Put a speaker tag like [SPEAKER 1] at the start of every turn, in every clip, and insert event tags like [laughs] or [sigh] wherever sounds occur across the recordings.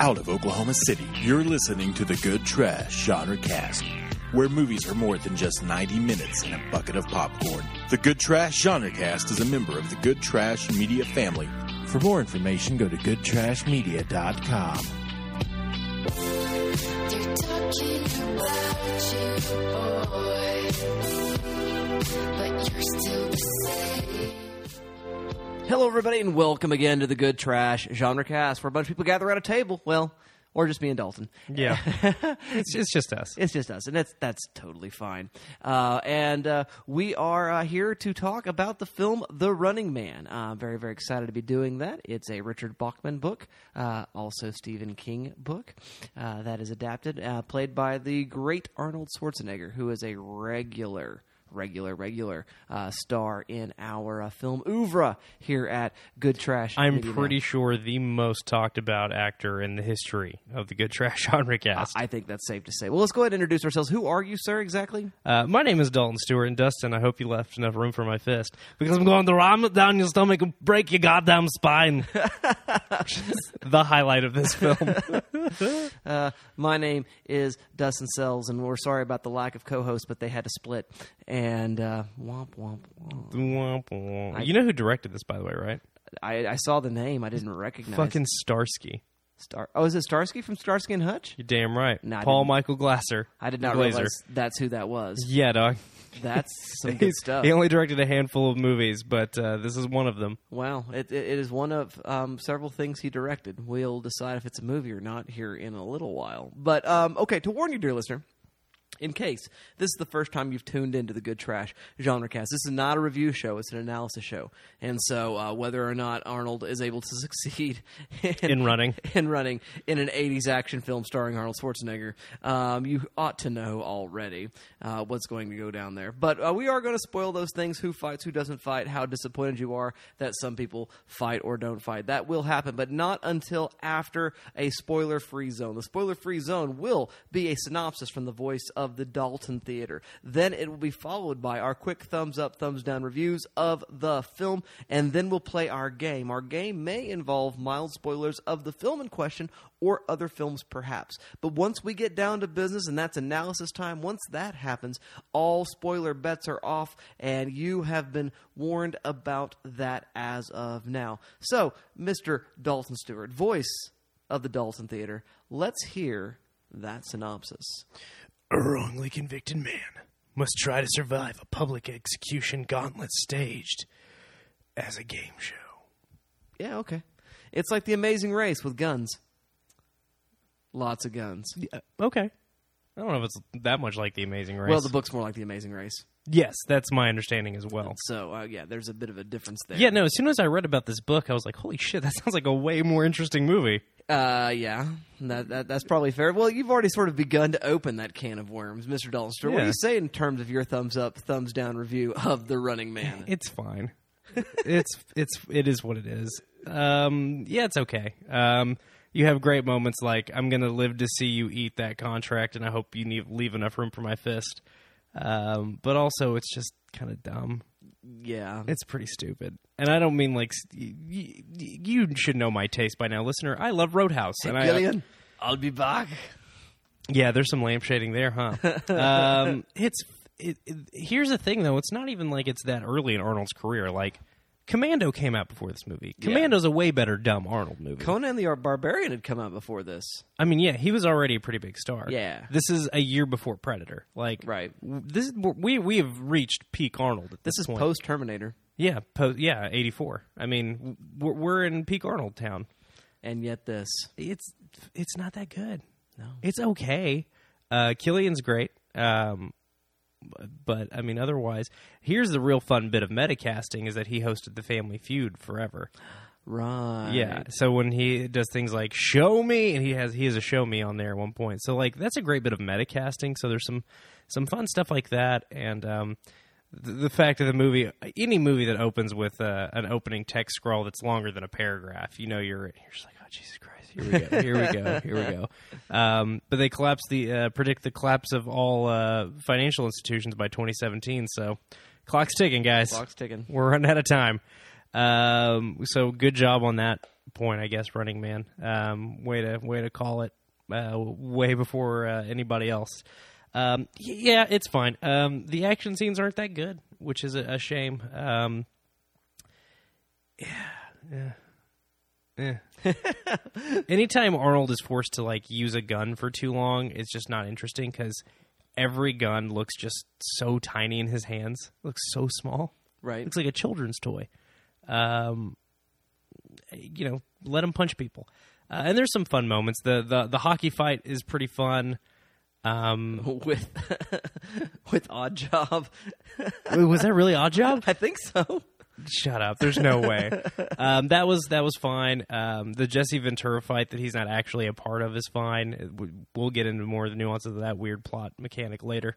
[SPEAKER 1] out of Oklahoma City. You're listening to the Good Trash Genre Cast, where movies are more than just 90 minutes and a bucket of popcorn. The Good Trash Genre Cast is a member of the Good Trash Media family. For more information, go to goodtrashmedia.com.
[SPEAKER 2] They're talking about you, boy, but you're still the same.
[SPEAKER 3] Hello, everybody, and welcome again to the Good Trash Genre Cast, where a bunch of people gather around a table. Well, or just me and Dalton.
[SPEAKER 4] Yeah, it's, it's just us.
[SPEAKER 3] It's just us, and that's that's totally fine. Uh, and uh, we are uh, here to talk about the film The Running Man. Uh, I'm very very excited to be doing that. It's a Richard Bachman book, uh, also Stephen King book uh, that is adapted, uh, played by the great Arnold Schwarzenegger, who is a regular regular regular uh, star in our uh, film oeuvre here at Good Trash.
[SPEAKER 4] I'm
[SPEAKER 3] Media
[SPEAKER 4] pretty sure the most talked about actor in the history of the Good Trash [laughs] genre cast.
[SPEAKER 3] I think that's safe to say. Well, let's go ahead and introduce ourselves. Who are you, sir, exactly?
[SPEAKER 4] Uh, my name is Dalton Stewart, and Dustin, I hope you left enough room for my fist because I'm going to ram it down your stomach and break your goddamn spine. Which is the highlight of this [laughs] film.
[SPEAKER 3] Uh, my name is Dustin Sells, and we're sorry about the lack of co hosts, but they had to split. And uh, womp, womp, womp.
[SPEAKER 4] Womp womp. you know who directed this, by the way, right?
[SPEAKER 3] I, I saw the name. I didn't recognize
[SPEAKER 4] Fucking Starsky.
[SPEAKER 3] Star. Oh, is it Starsky from Starsky and Hutch?
[SPEAKER 4] You're damn right.
[SPEAKER 3] No, I
[SPEAKER 4] Paul
[SPEAKER 3] didn't.
[SPEAKER 4] Michael Glasser.
[SPEAKER 3] I did not
[SPEAKER 4] Glazer.
[SPEAKER 3] realize that's who that
[SPEAKER 4] [laughs]
[SPEAKER 3] was.
[SPEAKER 4] Yeah, dog.
[SPEAKER 3] That's some good stuff.
[SPEAKER 4] He only directed a handful of movies, but uh, this is one of them.
[SPEAKER 3] Wow, it, it, it is one of um, several things he directed. We'll decide if it's a movie or not here in a little while. But um, okay, to warn you, dear listener, in case this is the first time you've tuned into the Good Trash Genre Cast, this is not a review show; it's an analysis show. And so, uh, whether or not Arnold is able to [laughs] succeed in,
[SPEAKER 4] In running.
[SPEAKER 3] [laughs] in running in an '80s action film starring Arnold Schwarzenegger, um, you ought to know already uh, what's going to go down there. But uh, we are going to spoil those things: who fights, who doesn't fight, how disappointed you are that some people fight or don't fight. That will happen, but not until after a spoiler-free zone. The spoiler-free zone will be a synopsis from the voice of the Dalton Theater. Then it will be followed by our quick thumbs up, thumbs down reviews of the film, and then we'll play our game. Our game may involve mild spoilers of the film in question or other films, perhaps. But once we get down to business, and that's analysis time, once that happens, all spoiler bets are off, and you have been warned about that as of now. So, Mr. Dalton Stewart, voice of the Dalton Theater, let's hear that synopsis.
[SPEAKER 4] A wrongly convicted man must try to survive a public execution gauntlet staged as a game show.
[SPEAKER 3] Yeah, okay. It's like the Amazing Race with guns. Lots of guns.
[SPEAKER 4] okay. I don't know if it's that much like The Amazing Race.
[SPEAKER 3] Well, the book's more like the Amazing Race.
[SPEAKER 4] yes, that's my understanding as well.
[SPEAKER 3] So uh, yeah, there's a bit of a difference there.
[SPEAKER 4] Yeah, no, as soon as I read about this book, I was like, holy shit, that [laughs] sounds like a way more interesting movie.
[SPEAKER 3] Uh, yeah, that, that that's probably fair. Well, you've already sort of begun to open that can of worms, Mr. Dalton Stewart. What do
[SPEAKER 4] Yeah.
[SPEAKER 3] you say in terms of your thumbs up, thumbs down review of The Running Man?
[SPEAKER 4] [laughs]
[SPEAKER 3] [laughs]
[SPEAKER 4] It's fine. it's it's it is what it is. Um, yeah, it's okay. Um, you have great moments like I'm gonna live to see you eat that contract, and I hope you need, leave enough room for my fist. Um, but also, it's just kind of dumb.
[SPEAKER 3] yeah,
[SPEAKER 4] It's pretty stupid, and I don't mean like s- y- y- you should know my taste by now, listener. I love Roadhouse, and I uh,
[SPEAKER 3] Gillian, I'll be back.
[SPEAKER 4] yeah, there's some lampshading there, huh?
[SPEAKER 3] [laughs]
[SPEAKER 4] um, it's it, it, here's the thing though. It's not even like it's that early in Arnold's career. Like Commando came out before this movie. Commando's a way better dumb Arnold movie.
[SPEAKER 3] Conan the Barbarian had come out before this.
[SPEAKER 4] I mean, yeah, he was already a pretty big star.
[SPEAKER 3] Yeah.
[SPEAKER 4] this is a year before Predator. Like
[SPEAKER 3] Right.
[SPEAKER 4] w- This we we have reached peak Arnold. At this,
[SPEAKER 3] This is
[SPEAKER 4] point.
[SPEAKER 3] post Terminator,
[SPEAKER 4] yeah po- yeah eighty four. I mean, we're, we're in peak Arnold town.
[SPEAKER 3] and yet this.
[SPEAKER 4] it's it's not that good. No, it's okay. Uh, Killian's great, um, b- but I mean, otherwise, here's the real fun bit of metacasting is that he hosted the Family Feud forever.
[SPEAKER 3] Right.
[SPEAKER 4] Yeah, so when he does things like "Show Me," and he has he has a "Show Me" on there at one point, so like that's a great bit of metacasting. So there's some some fun stuff like that, and um, the, the fact of the movie, any movie that opens with uh, an opening text scroll that's longer than a paragraph, you know, you're you're just like, oh Jesus Christ, here we go, here we go, here we go. Um, but they collapse the uh, predict the collapse of all uh, financial institutions by 2017, so clock's ticking, guys
[SPEAKER 3] Clock's ticking.
[SPEAKER 4] we're running out of time. Um, so good job on that. point, I guess. Running Man. Um, way to way to call it. Uh, way before uh, anybody else. Um, y- yeah, it's fine. Um, the action scenes aren't that good, which is a, a shame. Um, yeah, yeah, [laughs] yeah. Anytime Arnold is forced to like use a gun for too long, it's just not interesting because every gun looks just so tiny in his hands. Looks so small.
[SPEAKER 3] Right.
[SPEAKER 4] Looks like a children's toy. Um, you know, let him punch people. Uh, and there's some fun moments. The, the the hockey fight is pretty fun. Um,
[SPEAKER 3] [laughs] with with odd job.
[SPEAKER 4] wait, was that really odd job?
[SPEAKER 3] I think so.
[SPEAKER 4] Shut up. There's
[SPEAKER 3] [laughs]
[SPEAKER 4] no way. Um, that was that was fine. Um, the Jesse Ventura fight that he's not actually a part of is fine. Uh, We- We'll get into more of the nuances of that weird plot mechanic later.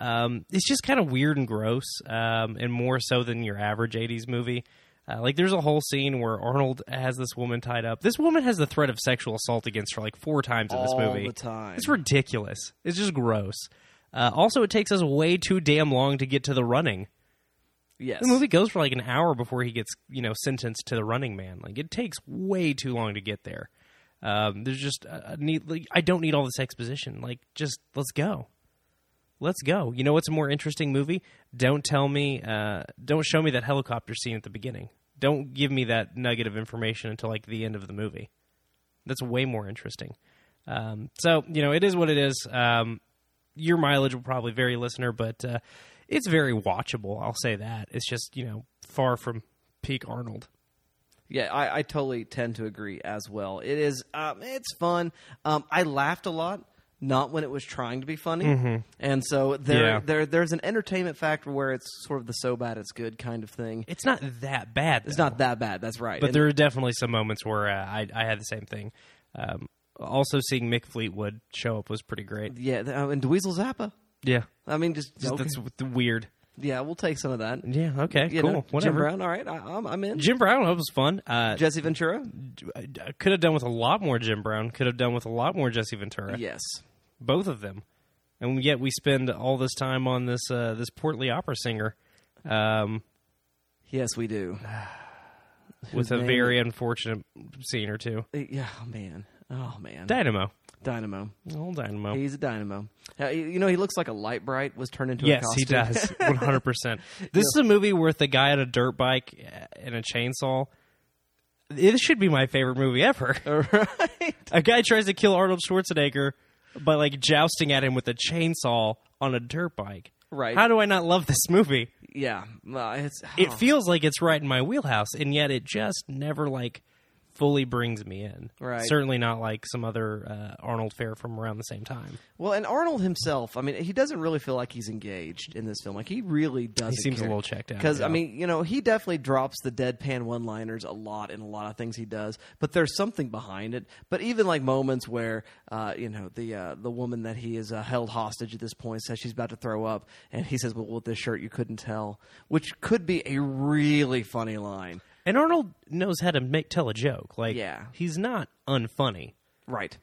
[SPEAKER 4] Um, it's just kind of weird and gross, um, and more so than your average '80s movie. Uh, like there's a whole scene where Arnold has this woman tied up. This woman has the threat of sexual assault against her like four times in this
[SPEAKER 3] All
[SPEAKER 4] movie.
[SPEAKER 3] the time.
[SPEAKER 4] It's ridiculous. It's just gross. Uh, also, it takes us way too damn long to get to the running.
[SPEAKER 3] Yes.
[SPEAKER 4] The movie goes for like an hour before he gets, you know, sentenced to the running man. Like it takes way too long to get there. Um, there's just a, a need. Like, I don't need all this exposition. Like, just let's go. Let's go. You know what's a more interesting movie? Don't tell me. Uh, don't show me that helicopter scene at the beginning. Don't give me that nugget of information until like the end of the movie. That's way more interesting. Um, so you know, it is what it is. Um, your mileage will probably vary, listener, but uh, it's very watchable. I'll say that. It's just you know far from peak Arnold.
[SPEAKER 3] Yeah, I, I totally tend to agree as well. It is, um, it's fun. Um, I laughed a lot, not when it was trying to be funny, and so there,
[SPEAKER 4] Mm-hmm. Yeah.
[SPEAKER 3] there, there's an entertainment factor where it's sort of the so bad it's good kind of thing.
[SPEAKER 4] It's not that bad.
[SPEAKER 3] It's not that bad. That's right.
[SPEAKER 4] but
[SPEAKER 3] And-
[SPEAKER 4] there are definitely some moments where uh, I I had the same thing. Um, also, seeing Mick Fleetwood show up was pretty great.
[SPEAKER 3] yeah, th- oh, and Dweezil Zappa.
[SPEAKER 4] Yeah,
[SPEAKER 3] I mean, just, okay.
[SPEAKER 4] that's w- weird.
[SPEAKER 3] yeah, we'll take some of that.
[SPEAKER 4] Yeah, okay,
[SPEAKER 3] You
[SPEAKER 4] cool,
[SPEAKER 3] know,
[SPEAKER 4] whatever.
[SPEAKER 3] Jim Brown. All right, I, I'm, I'm in.
[SPEAKER 4] Jim Brown that was fun. Uh,
[SPEAKER 3] Jesse Ventura.
[SPEAKER 4] could have done with a lot more Jim Brown. Could have done with a lot more Jesse Ventura.
[SPEAKER 3] Yes.
[SPEAKER 4] both of them, and yet we spend all this time on this uh, this portly opera singer
[SPEAKER 3] [laughs]
[SPEAKER 4] um,
[SPEAKER 3] Yes, we do. Uh,
[SPEAKER 4] with a
[SPEAKER 3] name
[SPEAKER 4] very unfortunate scene or two.
[SPEAKER 3] Yeah, oh, man. Oh man.
[SPEAKER 4] Dynamo,
[SPEAKER 3] Dynamo.
[SPEAKER 4] old Dynamo.
[SPEAKER 3] He's a dynamo. Uh, you you know, he looks like a light bright was turned into
[SPEAKER 4] yes,
[SPEAKER 3] a
[SPEAKER 4] he
[SPEAKER 3] costume. [laughs]
[SPEAKER 4] does. One hundred percent. This is a movie with a guy on a dirt bike uh, and a chainsaw. It should be my favorite
[SPEAKER 3] [laughs]
[SPEAKER 4] movie ever.
[SPEAKER 3] right?
[SPEAKER 4] A guy tries to kill Arnold Schwarzenegger by like jousting at him with a chainsaw on a dirt bike.
[SPEAKER 3] Right.
[SPEAKER 4] How do I not love this movie?
[SPEAKER 3] Yeah. Uh, it's,
[SPEAKER 4] it
[SPEAKER 3] oh,
[SPEAKER 4] feels like it's right in my wheelhouse and yet it just never like fully brings me in
[SPEAKER 3] Right.
[SPEAKER 4] certainly not like some other uh, arnold fair from around the same time
[SPEAKER 3] well, and Arnold himself, I mean, he doesn't really feel like he's engaged in this film. Like, he really doesn't.
[SPEAKER 4] He seems a little checked out,
[SPEAKER 3] Because, I
[SPEAKER 4] yeah.
[SPEAKER 3] mean, you know, he definitely drops the deadpan one liners a lot in a lot of things he does, but there's something behind it. But even like moments where, uh, you know, the uh, the woman that he is uh, held hostage at this point says she's about to throw up, and he says, Well, with this shirt, you couldn't tell, which could be a really funny line.
[SPEAKER 4] and arnold knows how to make tell a joke like
[SPEAKER 3] Yeah.
[SPEAKER 4] he's not unfunny
[SPEAKER 3] Right.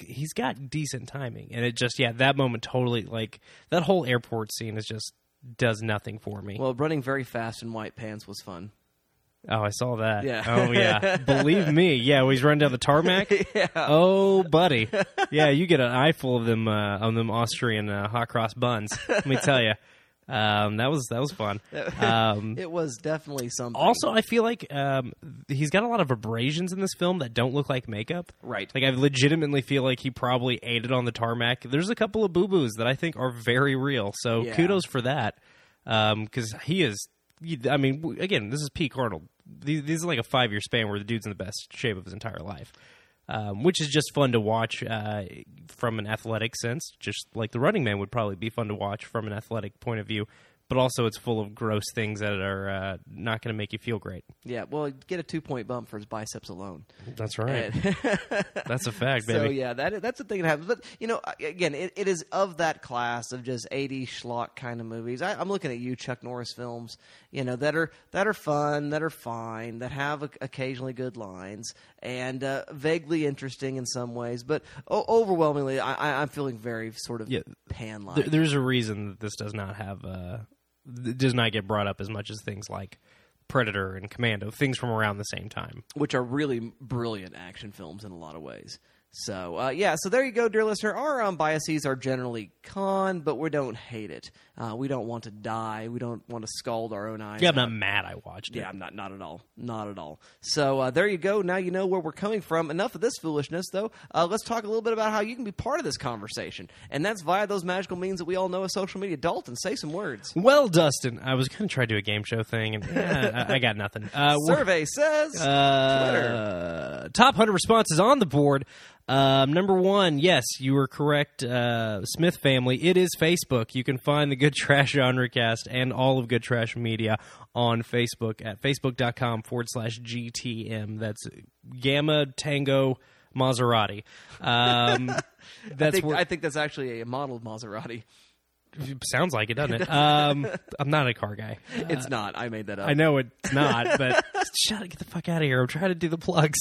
[SPEAKER 4] he's got decent timing and it just yeah that moment totally like that whole airport scene is just does nothing for me
[SPEAKER 3] Well, running very fast in white pants was fun.
[SPEAKER 4] oh i saw that
[SPEAKER 3] Yeah. [laughs]
[SPEAKER 4] oh yeah believe me yeah when he's running down the tarmac yeah. oh buddy yeah you get an eye full of them uh, on them austrian uh, hot cross buns let me tell you um, that was that was fun um,
[SPEAKER 3] It was definitely something.
[SPEAKER 4] also i feel like um, he's got a lot of abrasions in this film that don't look like makeup
[SPEAKER 3] Right.
[SPEAKER 4] like i legitimately feel like he probably ate it on the tarmac there's a couple of boo-boos that i think are very real so
[SPEAKER 3] Yeah.
[SPEAKER 4] kudos for that because he is i mean w- again this is peak arnold these, these are like a five year span where the dude's in the best shape of his entire life um, which is just fun to watch uh, from an athletic sense just like the running man would probably be fun to watch from an athletic point of view but also it's full of gross things that are uh, not going to make you feel great
[SPEAKER 3] yeah, well, get a two point bump for his biceps alone.
[SPEAKER 4] that's
[SPEAKER 3] [laughs]
[SPEAKER 4] right that's a fact baby
[SPEAKER 3] So yeah, that that's the thing that happens. But you know, again, it, it is of that class of just eighty schlock kind of movies. I, I'm looking at you, Chuck Norris films. You know that are that are fun, that are fine, that have o- occasionally good lines and uh, vaguely interesting in some ways. But o- overwhelmingly, I, I, I'm feeling very sort of
[SPEAKER 4] Yeah.
[SPEAKER 3] pan like.
[SPEAKER 4] Th- there's a reason that this does not have uh, th- does not get brought up as much as things like Predator and Commando, things from around the same time.
[SPEAKER 3] which are really brilliant action films in a lot of ways. So uh, yeah, so there you go, dear listener. Our um, biases are generally con, but we don't hate it. Uh, we don't want to die. We don't want to scald our own eyes.
[SPEAKER 4] Yeah, I'm
[SPEAKER 3] out.
[SPEAKER 4] not mad I watched it.
[SPEAKER 3] Yeah, I'm not. Not at all. Not at all. So uh, there you go. Now you know where we're coming from. Enough of this foolishness, though. Uh, let's talk a little bit about how you can be part of this conversation, and that's via those magical means that we all know as social media. Dalton, say some words.
[SPEAKER 4] Well, Dustin, I was going to try to do a game show thing, and eh, I, I got nothing.
[SPEAKER 3] [laughs]
[SPEAKER 4] Uh, we're-
[SPEAKER 3] Survey says.
[SPEAKER 4] Uh, top 100 responses on the board. Um, number one, yes, you were correct, uh, Smith family. It is Facebook. You can find the Good [laughs] Trash Genrecast and all of Good Trash Media on Facebook at facebook.com forward slash GTM. That's Gamma Tango Maserati.
[SPEAKER 3] [laughs]
[SPEAKER 4] Um,
[SPEAKER 3] I
[SPEAKER 4] that's
[SPEAKER 3] think,
[SPEAKER 4] where,
[SPEAKER 3] I think that's actually a model Maserati. [laughs]
[SPEAKER 4] sounds like it, doesn't it? Um, I'm not a car guy.
[SPEAKER 3] it's not. I made that up.
[SPEAKER 4] Uh, I know it's not, but shut it, get the fuck out of here. I'm trying to do the plugs.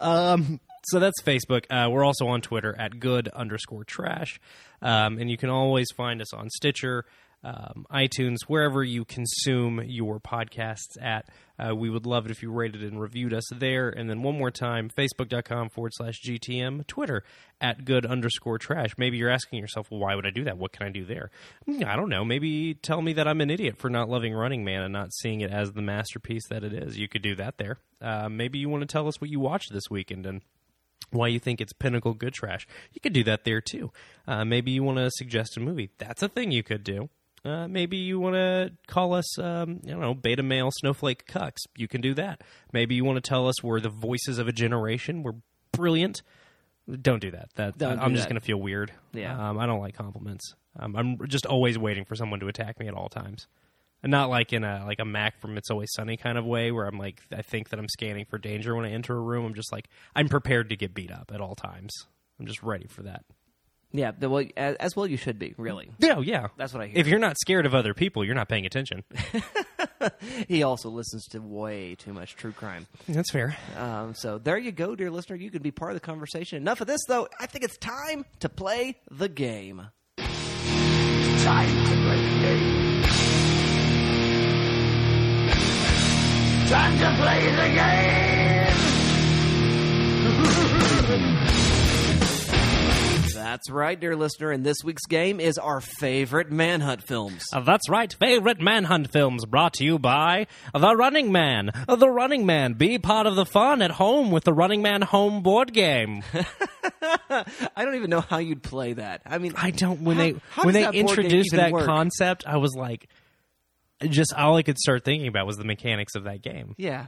[SPEAKER 4] Um, so that's Facebook. Uh, we're also on Twitter at good underscore trash. Um, and you can always find us on Stitcher, um, iTunes, wherever you consume your podcasts at. Uh, we would love it if you rated and reviewed us there. And then one more time, facebook.com forward slash GTM, Twitter at good underscore trash. Maybe you're asking yourself, well, why would I do that? What can I do there? Hmm, I don't know. Maybe tell me that I'm an idiot for not loving Running Man and not seeing it as the masterpiece that it is. You could do that there. Uh, maybe you want to tell us what you watched this weekend and why you think it's pinnacle good trash. You could do that there too. Uh, maybe you want to suggest a movie. That's a thing you could do. Uh, maybe you want to call us, um, you know, beta male snowflake cucks. You can do that. Maybe you want to tell us we're the voices of a generation. We're brilliant. Don't do that. That
[SPEAKER 3] Don't
[SPEAKER 4] I'm
[SPEAKER 3] do
[SPEAKER 4] just
[SPEAKER 3] that.
[SPEAKER 4] going to feel weird.
[SPEAKER 3] Yeah.
[SPEAKER 4] um, I don't like compliments. Um, I'm just always waiting for someone to attack me at all times. And not like in a like a Mac from It's Always Sunny kind of way where I'm like I think that I'm scanning for danger when I enter a room. I'm just like I'm prepared to get beat up at all times. I'm just ready for that.
[SPEAKER 3] Yeah, the- well, as, as well you should be, really.
[SPEAKER 4] Yeah, yeah.
[SPEAKER 3] That's what I hear.
[SPEAKER 4] If you're not scared of other people, you're not
[SPEAKER 3] [laughs]
[SPEAKER 4] paying attention.
[SPEAKER 3] He also listens to way too much true crime.
[SPEAKER 4] That's fair.
[SPEAKER 3] Um, so there you go, dear listener. You can be part of the conversation. Enough of this, though. I think it's time to play the game.
[SPEAKER 5] Time to play the game. Time to play the game.
[SPEAKER 3] That's right, dear listener. And this week's game is our favorite manhunt films.
[SPEAKER 4] Uh, that's right. Favorite manhunt films brought to you by The Running Man. Uh, The Running Man. Be part of the fun at home with the Running Man home board game.
[SPEAKER 3] I don't even know how you'd play that. I mean,
[SPEAKER 4] I don't when
[SPEAKER 3] How-
[SPEAKER 4] they
[SPEAKER 3] how
[SPEAKER 4] when
[SPEAKER 3] does
[SPEAKER 4] they
[SPEAKER 3] that board game
[SPEAKER 4] introduced
[SPEAKER 3] even
[SPEAKER 4] that
[SPEAKER 3] work?
[SPEAKER 4] concept, I was like, just all I could start thinking about was the mechanics of that game.
[SPEAKER 3] yeah.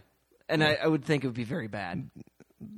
[SPEAKER 3] And I, I would think it would be very bad.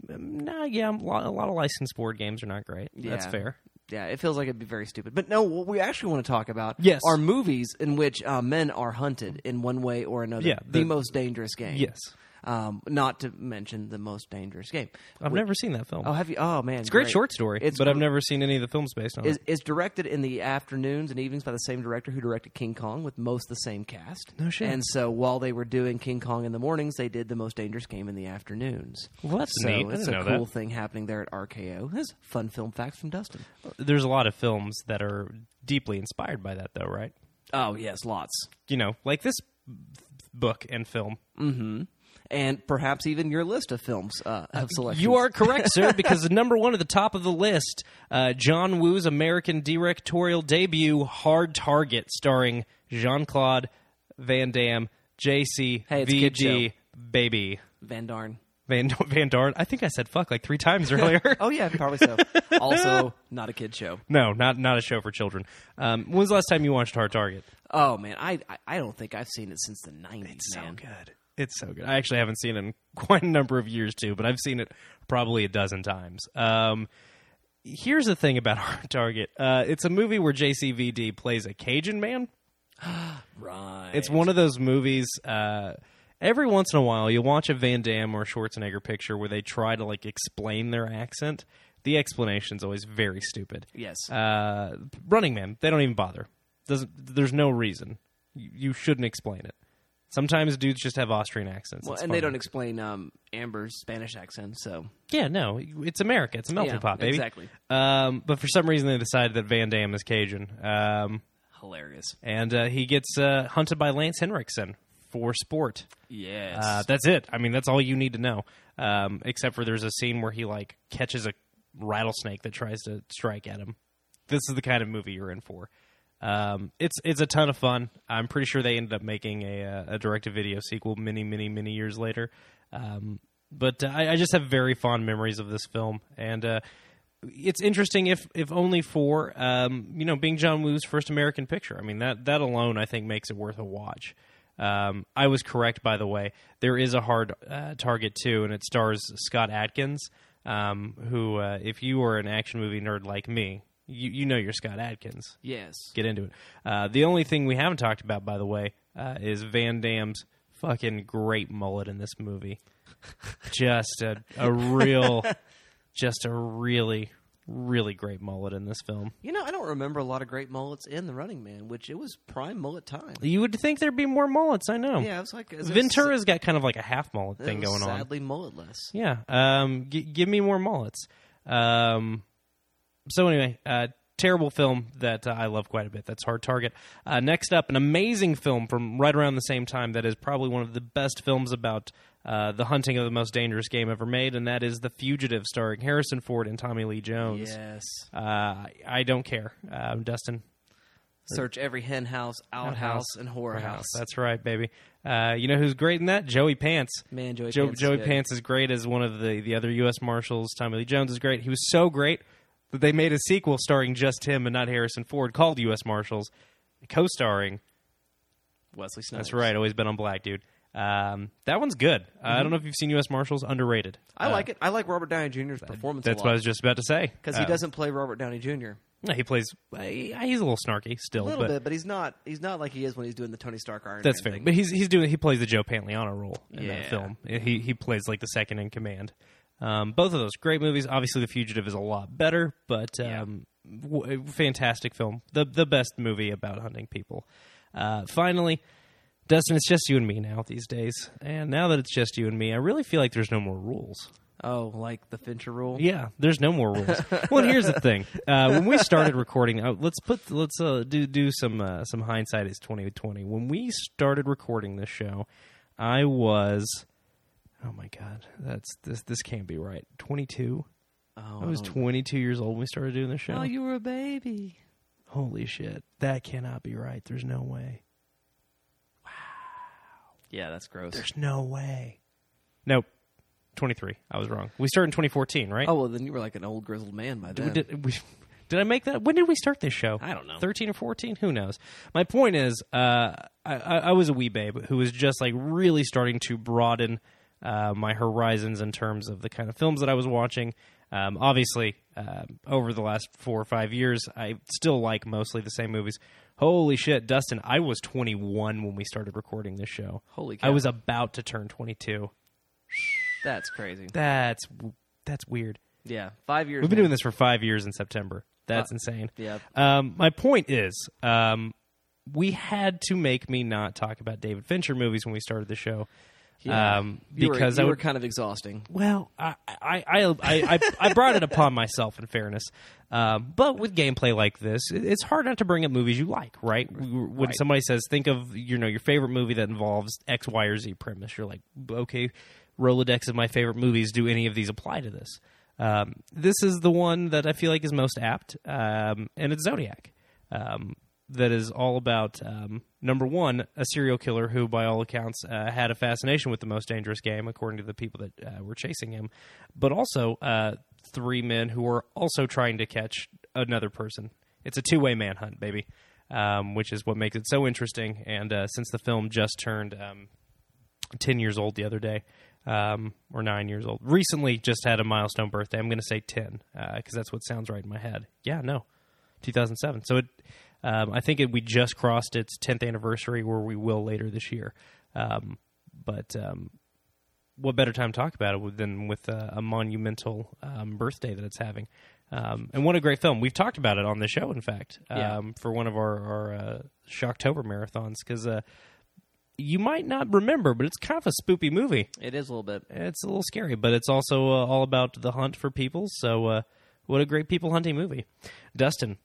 [SPEAKER 4] Nah, yeah, a lot, a lot of licensed board games are not great. That's
[SPEAKER 3] Yeah.
[SPEAKER 4] fair.
[SPEAKER 3] Yeah, it feels like it'd be very stupid. But no, what we actually want to talk about
[SPEAKER 4] Yes.
[SPEAKER 3] are movies in which uh, men are hunted in one way or another.
[SPEAKER 4] Yeah,
[SPEAKER 3] the,
[SPEAKER 4] the-
[SPEAKER 3] most dangerous game.
[SPEAKER 4] Yes.
[SPEAKER 3] Um, not to mention the most dangerous game.
[SPEAKER 4] I've never seen that film.
[SPEAKER 3] Oh, have you? Oh man, it's
[SPEAKER 4] Um, great, short story,
[SPEAKER 3] It's
[SPEAKER 4] but I've never seen any of the films based on
[SPEAKER 3] Is,
[SPEAKER 4] it.
[SPEAKER 3] is directed in the afternoons and evenings by the same director who directed King Kong with most the same cast.
[SPEAKER 4] No shit.
[SPEAKER 3] And so while they were doing King Kong in the mornings, they did the most dangerous game in the afternoons.
[SPEAKER 4] Well, that's
[SPEAKER 3] so
[SPEAKER 4] neat. I
[SPEAKER 3] It's a
[SPEAKER 4] didn't know that.
[SPEAKER 3] cool thing happening there at RKO. That's fun film facts from Dustin.
[SPEAKER 4] There's a lot of films that are deeply inspired by that, though, right?
[SPEAKER 3] Oh yes, lots.
[SPEAKER 4] You know, like this book and film.
[SPEAKER 3] and perhaps even your list of films uh, of selections.
[SPEAKER 4] You are correct,
[SPEAKER 3] [laughs]
[SPEAKER 4] sir, because the number one at the top of the list, uh, John Woo's American directorial debut, Hard Target, starring Jean Claude Van Damme, J.C.
[SPEAKER 3] Hey, it's a kid
[SPEAKER 4] VD, Baby
[SPEAKER 3] Van Darn.
[SPEAKER 4] Van [laughs] Van Darn. I think I said fuck like three times earlier.
[SPEAKER 3] [laughs] Oh yeah, probably [laughs] so. also, not a kid show.
[SPEAKER 4] No, not not a show for children. Um, when was the last time you watched Hard Target?
[SPEAKER 3] Oh man, I I- I don't think I've seen it since the nineties. man.
[SPEAKER 4] good. It's so good. I actually haven't seen it in [laughs] quite a number of years too, but I've seen it probably a dozen times. Um, here's the thing about [laughs] Hard Target. Uh, it's a movie where JCVD plays a Cajun man.
[SPEAKER 3] Right.
[SPEAKER 4] It's one of those movies. Uh, every once in a while, you watch a Van Damme or Schwarzenegger picture where they try to like explain their accent. The explanation's always very stupid.
[SPEAKER 3] yes.
[SPEAKER 4] Uh, Running Man, they don't even bother. Doesn't there's no reason. You, you shouldn't explain it. Sometimes dudes just have Austrian accents.
[SPEAKER 3] well,
[SPEAKER 4] It's
[SPEAKER 3] and they
[SPEAKER 4] fine.
[SPEAKER 3] don't explain um, Amber's Spanish accent, so
[SPEAKER 4] Yeah, no, it's America. It's a melting
[SPEAKER 3] Yeah,
[SPEAKER 4] pot, baby.
[SPEAKER 3] exactly.
[SPEAKER 4] Um, but for some reason, they decided that Van Damme is Cajun, um,
[SPEAKER 3] hilarious.
[SPEAKER 4] and uh, he gets uh, hunted by Lance Henriksen for sport.
[SPEAKER 3] Yes.
[SPEAKER 4] Uh, that's it. I mean, that's all you need to know. Um, except for there's a scene where he like catches a rattlesnake that tries to strike at him. This is the kind of movie you're in for. Um, it's it's a ton of fun. I'm pretty sure they ended up making a uh, a direct to video sequel many many many years later. Um, but uh, I, I just have very fond memories of this film, and uh, it's interesting if if only for um, you know being John Woo's first American picture. I mean that that alone I think makes it worth a watch. Um, I was correct, by the way. There is a hard uh, target too, and it stars Scott Adkins, um, who, uh, if you are an action movie nerd like me, you, you know you're Scott Adkins
[SPEAKER 3] yes.
[SPEAKER 4] get into it. Uh, the only thing we haven't talked about, by the way, uh, is Van Damme's fucking great mullet in this
[SPEAKER 3] [laughs]
[SPEAKER 4] movie. just a, a real, just a really, really great mullet in this film.
[SPEAKER 3] You know, I don't remember a lot of great mullets in The Running Man, which it was prime mullet time.
[SPEAKER 4] You would think there'd be more mullets. I know.
[SPEAKER 3] Yeah, it was like is there
[SPEAKER 4] Ventura's got kind of like a half mullet
[SPEAKER 3] s-
[SPEAKER 4] thing
[SPEAKER 3] it was
[SPEAKER 4] going on.
[SPEAKER 3] Sadly, mulletless.
[SPEAKER 4] Yeah. Um, g- give me more mullets. Um, so anyway, uh, terrible film that uh, I love quite a bit. That's Hard Target. Uh, next up, an amazing film from right around the same time that is probably one of the best films about uh, the hunting of the most dangerous game ever made, and that is The Fugitive, starring Harrison Ford and Tommy Lee Jones.
[SPEAKER 3] Yes.
[SPEAKER 4] Uh, I- I don't care, um, Dustin.
[SPEAKER 3] Search every hen house, outhouse, and whorehouse. house.
[SPEAKER 4] That's right, baby. Uh, you know who's great in that? Joey Pants.
[SPEAKER 3] Man, Joey
[SPEAKER 4] Jo-
[SPEAKER 3] Pants is
[SPEAKER 4] Joey
[SPEAKER 3] good.
[SPEAKER 4] Pants is great as one of the, the other U.S. Marshals. Tommy Lee Jones is great. He was so great that they made a sequel starring just him and not Harrison Ford called U.S. Marshals, co starring.
[SPEAKER 3] Wesley Snipes.
[SPEAKER 4] That's right, always been on black, dude. Um, that one's good. Uh,
[SPEAKER 3] Mm-hmm.
[SPEAKER 4] I don't know if you've seen U.S. Marshals, underrated.
[SPEAKER 3] I like it. I like Robert Downey Jr.'s performance.
[SPEAKER 4] Uh, That's
[SPEAKER 3] a
[SPEAKER 4] what I
[SPEAKER 3] lot,
[SPEAKER 4] was just about to say.
[SPEAKER 3] because
[SPEAKER 4] Uh,
[SPEAKER 3] he doesn't play Robert Downey Jr.
[SPEAKER 4] no, He plays. he- He's a little snarky
[SPEAKER 3] A
[SPEAKER 4] still,
[SPEAKER 3] little
[SPEAKER 4] but
[SPEAKER 3] bit, but he's not. He's not like he is when he's doing the Tony Stark Iron
[SPEAKER 4] That's
[SPEAKER 3] Man
[SPEAKER 4] fair.
[SPEAKER 3] thing.
[SPEAKER 4] But he's he's doing he plays the Joe Pantoliano role in
[SPEAKER 3] Yeah.
[SPEAKER 4] that film. He he plays like the second in command. Um, both of those great movies. Obviously, The Fugitive is a lot better, but um, w- fantastic film. The the best movie about hunting people. Uh, finally, Dustin, it's just you and me now these days. And now that it's just you and me, I really feel like there's no more rules.
[SPEAKER 3] Oh, like the Fincher rule.
[SPEAKER 4] Yeah, there's no
[SPEAKER 3] [laughs]
[SPEAKER 4] more rules. well, here's the thing: uh, when we started recording, uh, let's put let's uh, do do some uh, some hindsight is twenty twenty. When we started recording this show, I was oh my god, that's this this can't be right. Twenty two.
[SPEAKER 3] Oh,
[SPEAKER 4] I was
[SPEAKER 3] don't-
[SPEAKER 4] twenty two years old when we started doing this show.
[SPEAKER 3] Oh, you were a baby.
[SPEAKER 4] Holy shit, that cannot be right. There's no way.
[SPEAKER 3] Yeah, that's gross.
[SPEAKER 4] There's no way. Nope. Twenty three. I was wrong. We started in twenty fourteen,
[SPEAKER 3] [laughs]
[SPEAKER 4] right?
[SPEAKER 3] Oh well, then you were like an old grizzled man by then.
[SPEAKER 4] Did, we, did I make that? When did we start this show?
[SPEAKER 3] I don't know.
[SPEAKER 4] 13 or 14? Who knows? My point is, uh, I, I I was a wee babe who was just like really starting to broaden uh, my horizons in terms of the kind of films that I was watching. Um, obviously, uh, over the last four or five years, I still like mostly the same movies. Holy shit, Dustin, I was 21 when we started recording this show.
[SPEAKER 3] Holy cow!
[SPEAKER 4] I was about to turn 22.
[SPEAKER 3] That's crazy.
[SPEAKER 4] That's that's weird.
[SPEAKER 3] Yeah, five years.
[SPEAKER 4] We've been
[SPEAKER 3] now. Uh,
[SPEAKER 4] doing this for five years in September. That's insane.
[SPEAKER 3] yeah.
[SPEAKER 4] Um, my point is, um, we had to make me not talk about David Fincher movies when we started the show.
[SPEAKER 3] Yeah.
[SPEAKER 4] Um,
[SPEAKER 3] You were-
[SPEAKER 4] because
[SPEAKER 3] you
[SPEAKER 4] I
[SPEAKER 3] were
[SPEAKER 4] would,
[SPEAKER 3] kind of exhausting.
[SPEAKER 4] well, I, I, I, I, I, I brought it upon myself in fairness. Um, but with gameplay like this, it- it's hard not to bring up movies you like, right? When somebody says, think of, you know, your favorite movie that involves X, Y, or Z premise, you're like, okay, Rolodex of my favorite movies. Do any of these apply to this? Um, this is the one that I feel like is most apt, um, and it's Zodiac. Um, that is all about um, number one, a serial killer who, by all accounts, uh, had a fascination with the most dangerous game, according to the people that uh, were chasing him, but also uh, three men who are also trying to catch another person. It's a two way manhunt, baby, um, which is what makes it so interesting. And uh, since the film just turned um, 10 years old the other day um, or 9 years old recently just had a milestone birthday i'm going to say 10 because that's what sounds right in my head yeah no 2007 so it um, i think it, we just crossed its 10th anniversary where we will later this year um, but um, what better time to talk about it than with a, a monumental um, birthday that it's having um, and what a great film we've talked about it on the show in fact um,
[SPEAKER 3] Yeah.
[SPEAKER 4] for one of our, our uh, shocktober marathons because uh, you might not remember, but it's kind of a spoopy movie.
[SPEAKER 3] It is a little bit.
[SPEAKER 4] It's a little scary, but it's also uh, all about the hunt for people. So, uh, what a great people hunting movie. Dustin,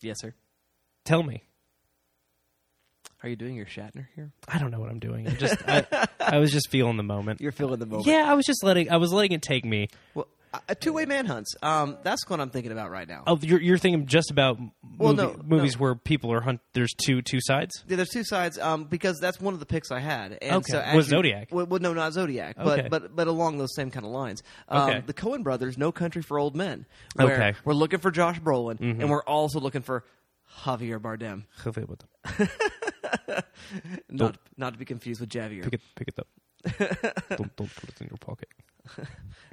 [SPEAKER 3] Yes, sir.
[SPEAKER 4] tell me,
[SPEAKER 3] Are you doing your Shatner here?
[SPEAKER 4] I don't know what I'm doing. i just I, I was just feeling the moment.
[SPEAKER 3] You're feeling the moment.
[SPEAKER 4] yeah, I was just letting I was letting it take me.
[SPEAKER 3] Well, uh, two way manhunts. Um, that's what I'm thinking about right now.
[SPEAKER 4] Oh, you're, you're thinking just about
[SPEAKER 3] Well,
[SPEAKER 4] movie-
[SPEAKER 3] no,
[SPEAKER 4] movies
[SPEAKER 3] no.
[SPEAKER 4] where people are hunt. There's two two sides.
[SPEAKER 3] Yeah, there's two sides um, because that's one of the picks I had. And
[SPEAKER 4] Okay.
[SPEAKER 3] so as
[SPEAKER 4] Was
[SPEAKER 3] you-
[SPEAKER 4] Zodiac?
[SPEAKER 3] Well, well, no, not Zodiac, but
[SPEAKER 4] Okay.
[SPEAKER 3] but but along those same kind of lines. Um,
[SPEAKER 4] Okay.
[SPEAKER 3] The Cohen brothers, No Country for Old Men. Where
[SPEAKER 4] Okay. Mm-hmm.
[SPEAKER 3] We're looking for Josh Brolin, and we're also looking for Javier Bardem,
[SPEAKER 4] Pick it up.
[SPEAKER 3] not not to be confused with Javier.
[SPEAKER 4] Pick it,
[SPEAKER 3] [laughs]
[SPEAKER 4] pick it up. don't don't put it in your pocket.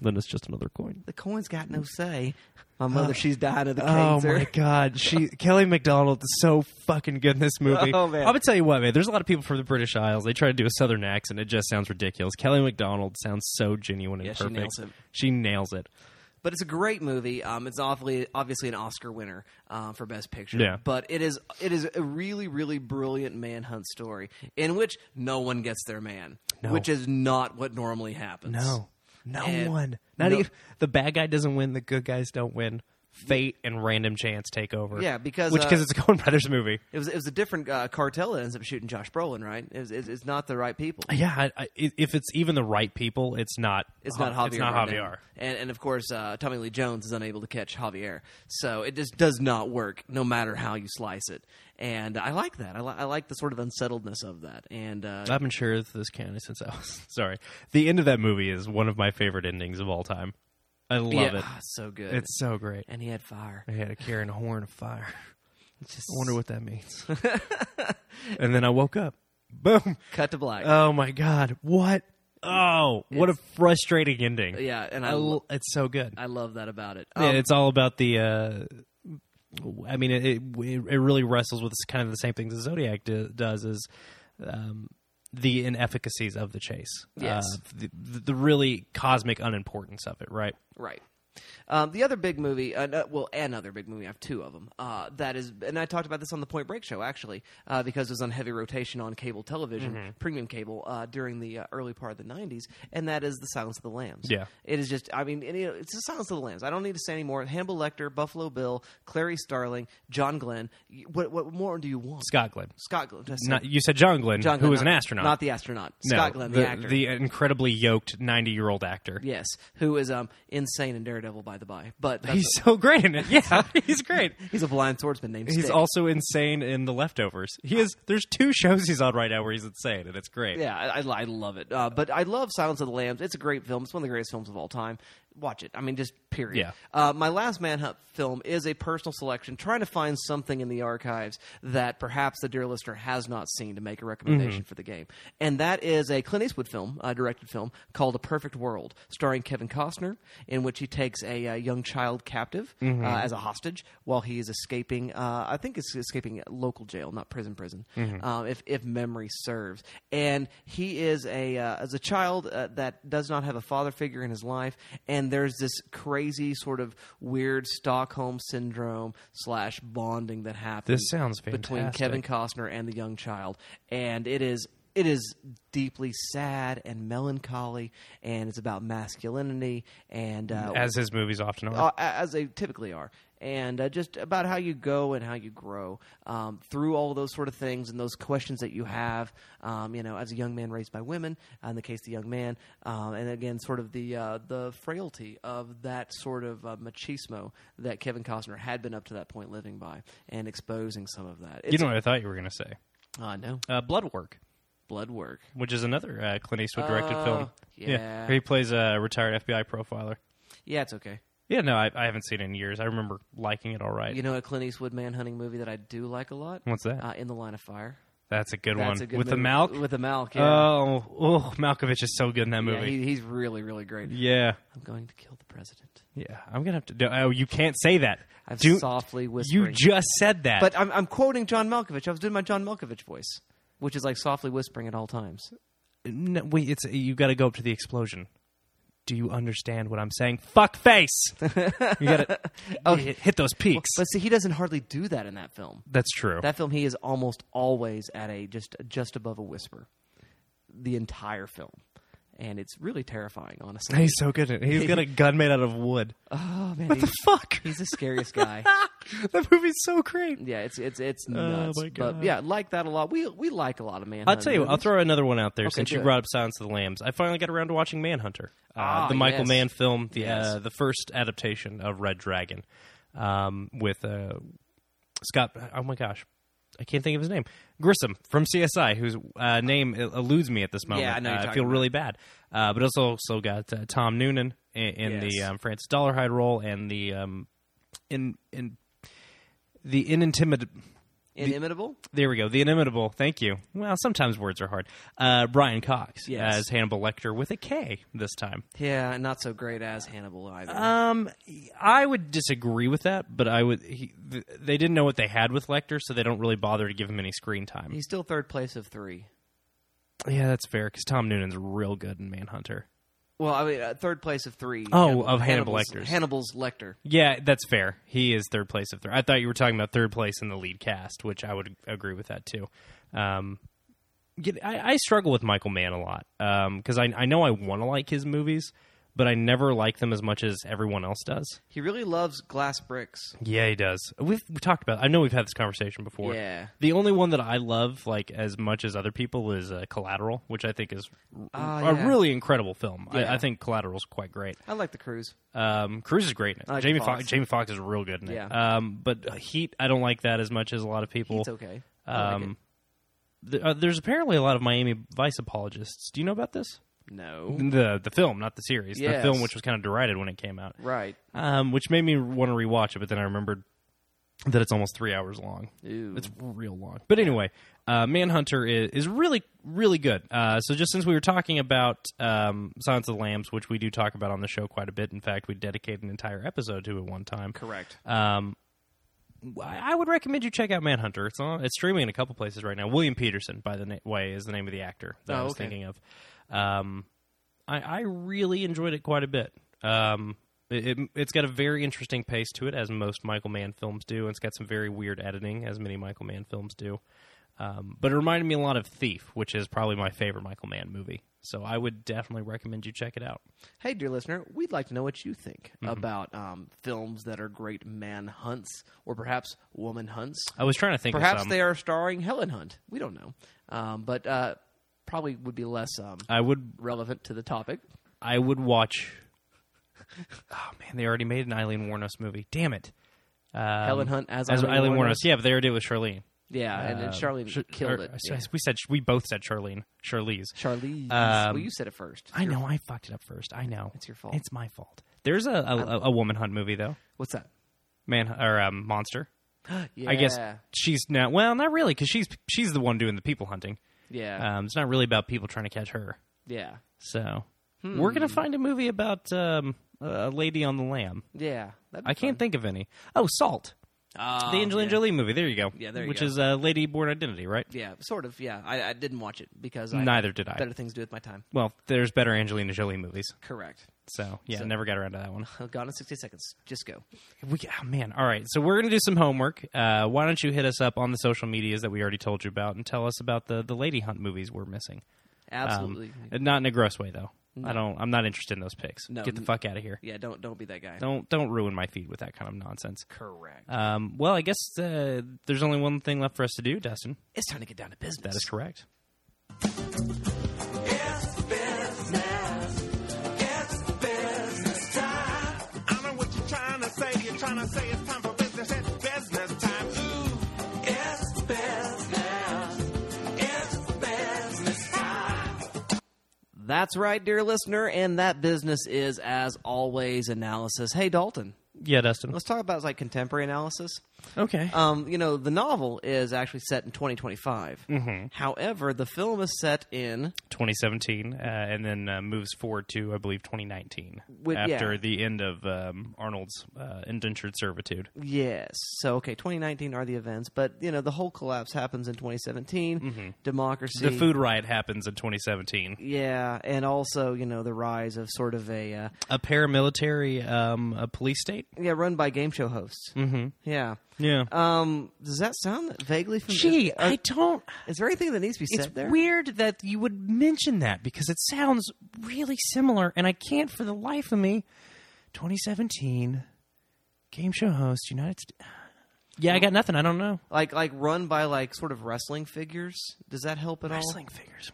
[SPEAKER 4] Then it's just another coin.
[SPEAKER 3] The Cohen's got no say. My mother, she's dying of the
[SPEAKER 4] Uh, Oh
[SPEAKER 3] cancer.
[SPEAKER 4] my god, she Kelly McDonald is so fucking good in this movie.
[SPEAKER 3] Oh, man.
[SPEAKER 4] I'm gonna tell you what, man. There's a lot of people from the British Isles. They try to do a Southern accent. It just sounds ridiculous. Kelly McDonald sounds so genuine and
[SPEAKER 3] Yeah, she
[SPEAKER 4] perfect.
[SPEAKER 3] nails it.
[SPEAKER 4] She nails it.
[SPEAKER 3] But it's a great movie. Um, it's obviously obviously an Oscar winner um, for Best Picture.
[SPEAKER 4] Yeah.
[SPEAKER 3] But it is it is a really really brilliant manhunt story in which no one gets their man,
[SPEAKER 4] No.
[SPEAKER 3] which is not what normally happens.
[SPEAKER 4] No, no
[SPEAKER 3] And-
[SPEAKER 4] one. Not
[SPEAKER 3] Eh, No.
[SPEAKER 4] even the bad guy doesn't win. The good guys don't win. Fate and random chance take over.
[SPEAKER 3] Yeah, because,
[SPEAKER 4] which
[SPEAKER 3] uh,
[SPEAKER 4] because it's a Coen Brothers movie.
[SPEAKER 3] It was it was a different uh, cartel that ends up shooting Josh Brolin. Right? It was, it's, it's not the right people.
[SPEAKER 4] Yeah, I, I, if it's even the right people, it's not.
[SPEAKER 3] It's not Javier.
[SPEAKER 4] Uh, It's not
[SPEAKER 3] Bardem.
[SPEAKER 4] Javier.
[SPEAKER 3] And and of course uh, Tommy Lee Jones is unable to catch Javier, so it just does not work no matter how you slice it. And I like that. I, li- I like the sort of unsettledness of that. And uh,
[SPEAKER 4] I've been sure of this county since I was [laughs] sorry. The end of that movie is one of my favorite endings of all time. I love
[SPEAKER 3] yeah,
[SPEAKER 4] it.
[SPEAKER 3] ah, so good.
[SPEAKER 4] It's so great.
[SPEAKER 3] and he had fire.
[SPEAKER 4] I had a carrying a horn of fire.
[SPEAKER 3] It's just
[SPEAKER 4] I wonder what that means. [laughs] and then I woke up. Boom.
[SPEAKER 3] cut to black.
[SPEAKER 4] Oh my god. What? Oh, what a frustrating ending.
[SPEAKER 3] yeah, and I,
[SPEAKER 4] I
[SPEAKER 3] lo-
[SPEAKER 4] l- it's so good.
[SPEAKER 3] I love that about it.
[SPEAKER 4] yeah,
[SPEAKER 3] Um,
[SPEAKER 4] it's all about the. Uh, I mean, it, it it really wrestles with kind of the same things as Zodiac do, does is um, the inefficacies of the chase.
[SPEAKER 3] Yes.
[SPEAKER 4] Uh, the, the really cosmic unimportance of it. Right.
[SPEAKER 3] right. Um, the other big movie, uh, no- well, another big movie. I have two of them. Uh, that is, and I talked about this on the Point Break show actually, uh, because it was on heavy rotation on cable television,
[SPEAKER 4] Mm-hmm.
[SPEAKER 3] premium cable, uh, during the uh, early part of the '90s, and that is The Silence of the Lambs.
[SPEAKER 4] Yeah.
[SPEAKER 3] it is just. I mean, and, you know, it's The Silence of the Lambs. I don't need to say any more. Hannibal Lecter, Buffalo Bill, Clary Starling, John Glenn. Y- What, what more do you want?
[SPEAKER 4] Scott Glenn.
[SPEAKER 3] Scott Glenn.
[SPEAKER 4] Not, you said John Glenn,
[SPEAKER 3] John
[SPEAKER 4] who
[SPEAKER 3] Glenn,
[SPEAKER 4] was
[SPEAKER 3] not-
[SPEAKER 4] an astronaut.
[SPEAKER 3] Not the astronaut.
[SPEAKER 4] No,
[SPEAKER 3] Scott Glenn, the, actor.
[SPEAKER 4] the incredibly yoked ninety-year-old actor.
[SPEAKER 3] yes, who is um insane in Daredevil, by the by. But that's-
[SPEAKER 4] He's so great
[SPEAKER 3] [laughs]
[SPEAKER 4] in it. Yeah, he's great.
[SPEAKER 3] he's a blind swordsman named
[SPEAKER 4] He's
[SPEAKER 3] Stick.
[SPEAKER 4] also insane in The Leftovers. He is. There's two shows he's on right now where he's insane, and it's great.
[SPEAKER 3] Yeah, I, I- I love it. Uh, but I love Silence of the Lambs. It's a great film. It's one of the greatest films of all time. Watch it. I mean, just period.
[SPEAKER 4] Yeah.
[SPEAKER 3] Uh, my last Manhunt film is a personal selection, trying to find something in the archives that perhaps the dear listener has not seen to make a
[SPEAKER 4] Mm-hmm.
[SPEAKER 3] recommendation for the game. And that is a Clint Eastwood film, uh, directed film, called A Perfect World, starring Kevin Costner, in which he takes a uh, young child captive
[SPEAKER 4] Mm-hmm.
[SPEAKER 3] uh, as a hostage while he is escaping, uh, I think it's escaping local jail, not prison, prison,
[SPEAKER 4] Mm-hmm.
[SPEAKER 3] um, if, if memory serves. And he is a, uh, as a child uh, that does not have a father figure in his life, and there's this crazy sort of weird Stockholm syndrome slash bonding that happens.
[SPEAKER 4] This sounds
[SPEAKER 3] between Kevin Costner and the young child, and it is it is deeply sad and melancholy, and it's about masculinity and uh,
[SPEAKER 4] as his movies often are.
[SPEAKER 3] uh, as they typically are, and uh, just about how you go and how you grow um, through all those sort of things and those questions that you have, um, you know, as a young man raised by women, uh, in the case of the young man, um, and again, sort of the uh, the frailty of that sort of uh, machismo that Kevin Costner had been up to that point living by, and exposing some of that.
[SPEAKER 4] you know what I thought you were going to say?
[SPEAKER 3] uh, no
[SPEAKER 4] Uh, Blood Work,
[SPEAKER 3] blood work.
[SPEAKER 4] which is another uh, Clint Eastwood directed
[SPEAKER 3] Oh,
[SPEAKER 4] film.
[SPEAKER 3] yeah.
[SPEAKER 4] where he plays a retired FBI profiler.
[SPEAKER 3] Yeah, it's okay.
[SPEAKER 4] Yeah, no, I, I haven't seen it in years. I remember liking it all right.
[SPEAKER 3] You know a Clint Eastwood manhunting movie that I do like a lot.
[SPEAKER 4] What's that?
[SPEAKER 3] Uh, In the Line of Fire.
[SPEAKER 4] That's a good
[SPEAKER 3] That's
[SPEAKER 4] one
[SPEAKER 3] a good
[SPEAKER 4] with the
[SPEAKER 3] movie.
[SPEAKER 4] Malk.
[SPEAKER 3] With the Malk. Yeah.
[SPEAKER 4] Oh, oh, Malkovich is so good in that
[SPEAKER 3] Yeah,
[SPEAKER 4] movie.
[SPEAKER 3] he, he's really, really great.
[SPEAKER 4] yeah,
[SPEAKER 3] I'm going to kill the president.
[SPEAKER 4] yeah. I'm gonna have to. do Oh, you can't say that.
[SPEAKER 3] I'm
[SPEAKER 4] Do-
[SPEAKER 3] softly
[SPEAKER 4] you
[SPEAKER 3] whispering.
[SPEAKER 4] just said that.
[SPEAKER 3] but I'm, I'm quoting John Malkovich. I was doing my John Malkovich voice, which is like softly whispering at all times.
[SPEAKER 4] no, wait, it's you got to go up to the explosion. Do you understand what I'm saying?
[SPEAKER 3] [laughs]
[SPEAKER 4] Fuck face. you gotta
[SPEAKER 3] Oh,
[SPEAKER 4] hit, hit those peaks.
[SPEAKER 3] But see, he doesn't hardly do that in that film.
[SPEAKER 4] That's true.
[SPEAKER 3] That film, he is almost always at a just just above a whisper, the entire film, and it's really terrifying, honestly.
[SPEAKER 4] He's so good. At it. He's got a gun made out of wood.
[SPEAKER 3] Oh man,
[SPEAKER 4] What the
[SPEAKER 3] he's-
[SPEAKER 4] fuck?
[SPEAKER 3] he's the scariest guy.
[SPEAKER 4] [laughs] that movie's so great.
[SPEAKER 3] Yeah, it's it's it's nuts.
[SPEAKER 4] Oh, my God.
[SPEAKER 3] But yeah, like that a lot. We we like a lot of man.
[SPEAKER 4] I'll tell you, what, I'll throw another one out there
[SPEAKER 3] Okay,
[SPEAKER 4] since
[SPEAKER 3] do
[SPEAKER 4] you
[SPEAKER 3] it.
[SPEAKER 4] brought up Silence of the Lambs. I finally got around to watching Manhunter, uh,
[SPEAKER 3] Ah,
[SPEAKER 4] the Michael
[SPEAKER 3] yes.
[SPEAKER 4] Mann film, the uh,
[SPEAKER 3] Yes.
[SPEAKER 4] the first adaptation of Red Dragon, um, with uh, Scott. Oh my gosh, I can't think of his name. Grissom from CSI, whose uh, name el- eludes me at this moment.
[SPEAKER 3] Yeah, I know
[SPEAKER 4] Uh,
[SPEAKER 3] you're
[SPEAKER 4] I
[SPEAKER 3] talking
[SPEAKER 4] feel
[SPEAKER 3] about.
[SPEAKER 4] really bad. Uh, but also also got uh, Tom Noonan in, in the
[SPEAKER 3] Yes.
[SPEAKER 4] um, Francis Dollarhide role and the um, in in the inimitable.
[SPEAKER 3] Inimitable.
[SPEAKER 4] There we go. The inimitable. Thank you. Well, sometimes words are hard. Uh, Brian Cox
[SPEAKER 3] Yes.
[SPEAKER 4] as Hannibal Lecter with a K this time.
[SPEAKER 3] Yeah, and not so great as Hannibal either.
[SPEAKER 4] Um, I would disagree with that, but I would. He, th- they didn't know what they had with Lecter, so they don't really bother to give him any screen time.
[SPEAKER 3] He's still third place of three.
[SPEAKER 4] Yeah, that's fair because Tom Noonan's real good in Manhunter.
[SPEAKER 3] Well, I mean, uh, third place of three.
[SPEAKER 4] Oh, of Hannibal
[SPEAKER 3] Hannibal's,
[SPEAKER 4] Lecter's.
[SPEAKER 3] Hannibal's Lecter.
[SPEAKER 4] Yeah, that's fair. He is third place of third. I thought you were talking about third place in the lead cast, which I would agree with that too. Um, get- I, I struggle with Michael Mann a lot because I, I know I want to like his movies, but I never like them as much as everyone else does.
[SPEAKER 3] He really loves glass bricks.
[SPEAKER 4] Yeah, he does. We've we talked about. I know we've had this conversation before.
[SPEAKER 3] Yeah.
[SPEAKER 4] The only one that I love like as much as other people is uh, Collateral, which I think is
[SPEAKER 3] Ah,
[SPEAKER 4] a
[SPEAKER 3] yeah.
[SPEAKER 4] really incredible film. I,
[SPEAKER 3] Yeah.
[SPEAKER 4] I think Collateral's quite great.
[SPEAKER 3] I like the cruise.
[SPEAKER 4] Um, Cruz is great in it.
[SPEAKER 3] I like
[SPEAKER 4] Jamie
[SPEAKER 3] Foxx.
[SPEAKER 4] Fox. Jamie Fox is real good in it.
[SPEAKER 3] Yeah.
[SPEAKER 4] Um, but Heat, I don't like that as much as a lot of people.
[SPEAKER 3] It's okay. I like
[SPEAKER 4] Um, th- uh, there's apparently a lot of Miami Vice apologists. Do you know about this?
[SPEAKER 3] it. No.
[SPEAKER 4] The the film, not the series. The
[SPEAKER 3] Yes.
[SPEAKER 4] film, which was kind of derided when it came out,
[SPEAKER 3] Right.
[SPEAKER 4] um, which made me want to rewatch it. But then I remembered that it's almost three hours long.
[SPEAKER 3] Ooh.
[SPEAKER 4] It's real long. But anyway, uh, Manhunter is, is really, really good. Uh, so just since we were talking about um, Silence of the Lambs, which we do talk about on the show quite a bit. In fact, we dedicate an entire episode to it one time.
[SPEAKER 3] Correct.
[SPEAKER 4] Um, I I would recommend you check out Manhunter. It's on. It's streaming in a couple places right now. William Peterson, by the na- way, is the name of the actor that I
[SPEAKER 3] Oh,
[SPEAKER 4] was
[SPEAKER 3] okay.
[SPEAKER 4] thinking of. Um, I, I really enjoyed it quite a bit. Um, it, it, it's got a very interesting pace to it, as most Michael Mann films do. And it's got some very weird editing, as many Michael Mann films do. Um, but it reminded me a lot of Thief, which is probably my favorite Michael Mann movie. So I would definitely recommend you check it out.
[SPEAKER 3] Hey, dear listener, we'd like to know what you think
[SPEAKER 4] Mm-hmm.
[SPEAKER 3] about um, films that are great man hunts or perhaps woman hunts.
[SPEAKER 4] I was trying to think.
[SPEAKER 3] Perhaps
[SPEAKER 4] of some.
[SPEAKER 3] they are starring Helen Hunt. We don't know. Um, but uh, probably would be less um,
[SPEAKER 4] I would
[SPEAKER 3] relevant to the topic.
[SPEAKER 4] I would watch. [laughs] Oh man, they already made an Eileen Warnos movie. Damn it, um,
[SPEAKER 3] Helen Hunt as,
[SPEAKER 4] as Eileen Warnos.
[SPEAKER 3] Yeah,
[SPEAKER 4] Yeah, but they already did it with Charlene.
[SPEAKER 3] and then
[SPEAKER 4] Um,
[SPEAKER 3] Charlene
[SPEAKER 4] Char-
[SPEAKER 3] killed
[SPEAKER 4] or-
[SPEAKER 3] it.
[SPEAKER 4] I
[SPEAKER 3] Yeah.
[SPEAKER 4] said- We said we both said Charlene. Charlize.
[SPEAKER 3] Charlize.
[SPEAKER 4] Um,
[SPEAKER 3] well, you said it first.
[SPEAKER 4] I know I fucked it up first. I know
[SPEAKER 3] It's your fault.
[SPEAKER 4] It's my fault. There's a a, a- a woman hunt movie though.
[SPEAKER 3] What's that?
[SPEAKER 4] Man or um, monster.
[SPEAKER 3] Yeah.
[SPEAKER 4] I guess she's now. Well, not really, because she's she's the one doing the people hunting.
[SPEAKER 3] Yeah.
[SPEAKER 4] Um, it's not really about people trying to catch her.
[SPEAKER 3] yeah.
[SPEAKER 4] So
[SPEAKER 3] Hmm.
[SPEAKER 4] we're gonna find a movie about um, a lady on the lamb.
[SPEAKER 3] Yeah. That'd be
[SPEAKER 4] I can't think of any. Oh, Salt,
[SPEAKER 3] fun.
[SPEAKER 4] the
[SPEAKER 3] Um,
[SPEAKER 4] Angelina
[SPEAKER 3] yeah.
[SPEAKER 4] Jolie movie. There you go.
[SPEAKER 3] Yeah, there you
[SPEAKER 4] Which
[SPEAKER 3] go.
[SPEAKER 4] is uh, Lady Born Identity, right?
[SPEAKER 3] Yeah, sort of. Yeah, I, I didn't watch it because I
[SPEAKER 4] Neither did I.
[SPEAKER 3] Better things to do with my time.
[SPEAKER 4] Well, there's better Angelina Jolie movies.
[SPEAKER 3] Correct.
[SPEAKER 4] So yeah,
[SPEAKER 3] So-
[SPEAKER 4] never got around to that one. [laughs]
[SPEAKER 3] Gone in sixty seconds. Just go.
[SPEAKER 4] We, oh, man, all right. So we're gonna do some homework. Uh, why don't you hit us up on the social medias that we already told you about and tell us about the the Lady Hunt movies we're missing. Um,
[SPEAKER 3] Absolutely.
[SPEAKER 4] not in a gross way though. I don't. I'm not interested in those picks.
[SPEAKER 3] No,
[SPEAKER 4] Get the
[SPEAKER 3] n-
[SPEAKER 4] fuck out of here.
[SPEAKER 3] yeah, don't don't be that guy.
[SPEAKER 4] Don't don't ruin my feed with that kind of nonsense.
[SPEAKER 3] Correct.
[SPEAKER 4] Um, well, I guess uh, there's only one thing left for us to do, Dustin.
[SPEAKER 3] it's time to get down to business.
[SPEAKER 4] That is correct.
[SPEAKER 6] I know what you're trying to say. You're trying to say it's time for business. It's business time. Ooh, it's business. It's business time.
[SPEAKER 3] That's right, dear listener, and that business is as always analysis. Hey, Dalton,
[SPEAKER 4] Yeah, Dustin.
[SPEAKER 3] let's talk about like contemporary analysis.
[SPEAKER 4] Okay.
[SPEAKER 3] Um, you know, the novel is actually set in 2025.
[SPEAKER 4] Mm-hmm.
[SPEAKER 3] However, the film is set in
[SPEAKER 4] 2017, uh, and then uh, moves forward to, I believe, 2019
[SPEAKER 3] With-
[SPEAKER 4] after
[SPEAKER 3] yeah.
[SPEAKER 4] the end of um, Arnold's uh, indentured servitude.
[SPEAKER 3] Yes. So okay, 2019 are the events, but you know the whole collapse happens in 2017. Democracy.
[SPEAKER 4] Mm-hmm. The food riot happens in 2017.
[SPEAKER 3] Yeah, and also you know the rise of sort of a uh,
[SPEAKER 4] A paramilitary, um, a police state.
[SPEAKER 3] yeah, run by game show hosts. Mm-hmm. Yeah.
[SPEAKER 4] Yeah.
[SPEAKER 3] Um, does that sound vaguely familiar?
[SPEAKER 4] Gee,
[SPEAKER 3] Are-
[SPEAKER 4] I don't.
[SPEAKER 3] is there anything that needs to be
[SPEAKER 4] It's
[SPEAKER 3] said there?
[SPEAKER 4] weird that you would mention that because it sounds really similar, and I can't for the life of me. 2017 game show host United. St- [sighs] yeah, I got nothing. I don't know.
[SPEAKER 3] Like like run by like sort of wrestling figures. Does that help at all?
[SPEAKER 4] Wrestling figures.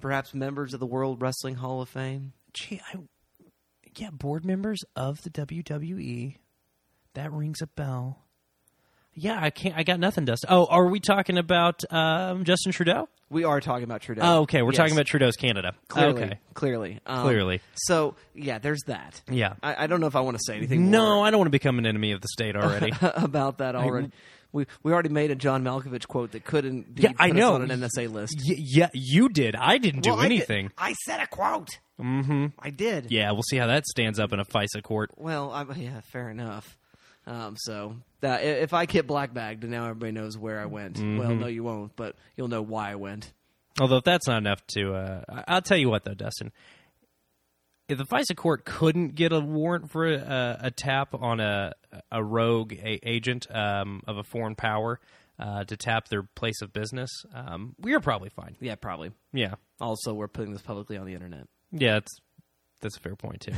[SPEAKER 3] Perhaps members of the World Wrestling Hall of Fame.
[SPEAKER 4] Gee, I. Yeah, board members of the WWE. That rings a bell. Yeah, I can't. I got nothing, Dust. Oh, are we talking about um, Justin Trudeau?
[SPEAKER 3] We are talking about Trudeau.
[SPEAKER 4] Oh, okay. We're
[SPEAKER 3] Yes.
[SPEAKER 4] talking about Trudeau's Canada.
[SPEAKER 3] clearly,
[SPEAKER 4] Okay.
[SPEAKER 3] clearly, um,
[SPEAKER 4] Clearly.
[SPEAKER 3] So yeah, there's that.
[SPEAKER 4] Yeah.
[SPEAKER 3] I, I don't know if I want to say anything.
[SPEAKER 4] No,
[SPEAKER 3] more
[SPEAKER 4] I don't want to become an enemy of the state
[SPEAKER 3] [laughs]
[SPEAKER 4] already.
[SPEAKER 3] about that already. we we already made a John Malkovich quote that couldn't be
[SPEAKER 4] Yeah, I
[SPEAKER 3] put
[SPEAKER 4] know.
[SPEAKER 3] us on an NSA list.
[SPEAKER 4] Y- yeah, you did. I didn't do
[SPEAKER 3] Well, I did-
[SPEAKER 4] anything.
[SPEAKER 3] I, said a quote. Mm-hmm. I did.
[SPEAKER 4] yeah, we'll see how that stands up in a FISA court.
[SPEAKER 3] Well, I, yeah, fair enough. Um, so that, i- if I get black bagged, and now everybody knows where I went.
[SPEAKER 4] Mm-hmm.
[SPEAKER 3] Well, no, you won't, but you'll know why I went.
[SPEAKER 4] Although if that's not enough to, uh, I- I'll tell you what though, Dustin. If the FISA court couldn't get a warrant for a, a tap on a a rogue a, agent um, of a foreign power uh, to tap their place of business, um, we are probably fine.
[SPEAKER 3] Yeah, probably.
[SPEAKER 4] Yeah,
[SPEAKER 3] Also, we're putting this publicly on the internet, [laughs]
[SPEAKER 4] yeah, that's that's a fair point too.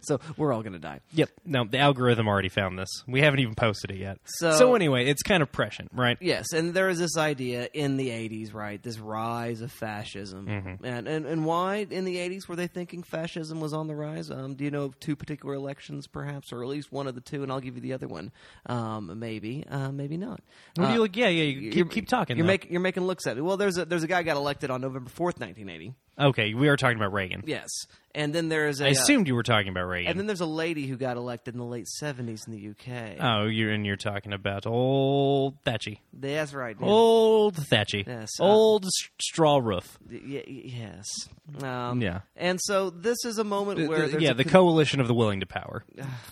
[SPEAKER 3] so we're all gonna die.
[SPEAKER 4] [laughs] Yep. No, the algorithm already found this. We haven't even posted it yet.
[SPEAKER 3] So-
[SPEAKER 4] anyway, it's kind of prescient, right?
[SPEAKER 3] Yes, and there was this idea in the '80s, right? This rise of fascism,
[SPEAKER 4] Mm-hmm.
[SPEAKER 3] and, and and why in the '80s were they thinking fascism was on the rise? Um, do you know of two particular elections, perhaps, or at least one of the two? And I'll give you the other one. Um, maybe, uh, maybe not.
[SPEAKER 4] What do
[SPEAKER 3] Uh,
[SPEAKER 4] you look- yeah, yeah. You
[SPEAKER 3] you're-
[SPEAKER 4] keep, keep talking.
[SPEAKER 3] You're
[SPEAKER 4] though.
[SPEAKER 3] making you're making looks at me. Well, there's a there's a guy got elected on November fourth, nineteen eighty.
[SPEAKER 4] okay. We are talking about Reagan.
[SPEAKER 3] Yes, and then there is a
[SPEAKER 4] I
[SPEAKER 3] uh,
[SPEAKER 4] assumed you were talking about Reagan.
[SPEAKER 3] and then there's a lady who got elected in the late seventies in the UK.
[SPEAKER 4] oh, you're and you're talking about old Thatchy,
[SPEAKER 3] That's right. yeah.
[SPEAKER 4] old Thatchy,
[SPEAKER 3] Yes, uh,
[SPEAKER 4] old s- straw roof.
[SPEAKER 3] Y- y- yes. Um,
[SPEAKER 4] Yeah.
[SPEAKER 3] And so this is a moment where
[SPEAKER 4] The-
[SPEAKER 3] there's
[SPEAKER 4] yeah,
[SPEAKER 3] a
[SPEAKER 4] the
[SPEAKER 3] con-
[SPEAKER 4] coalition of the willing to power,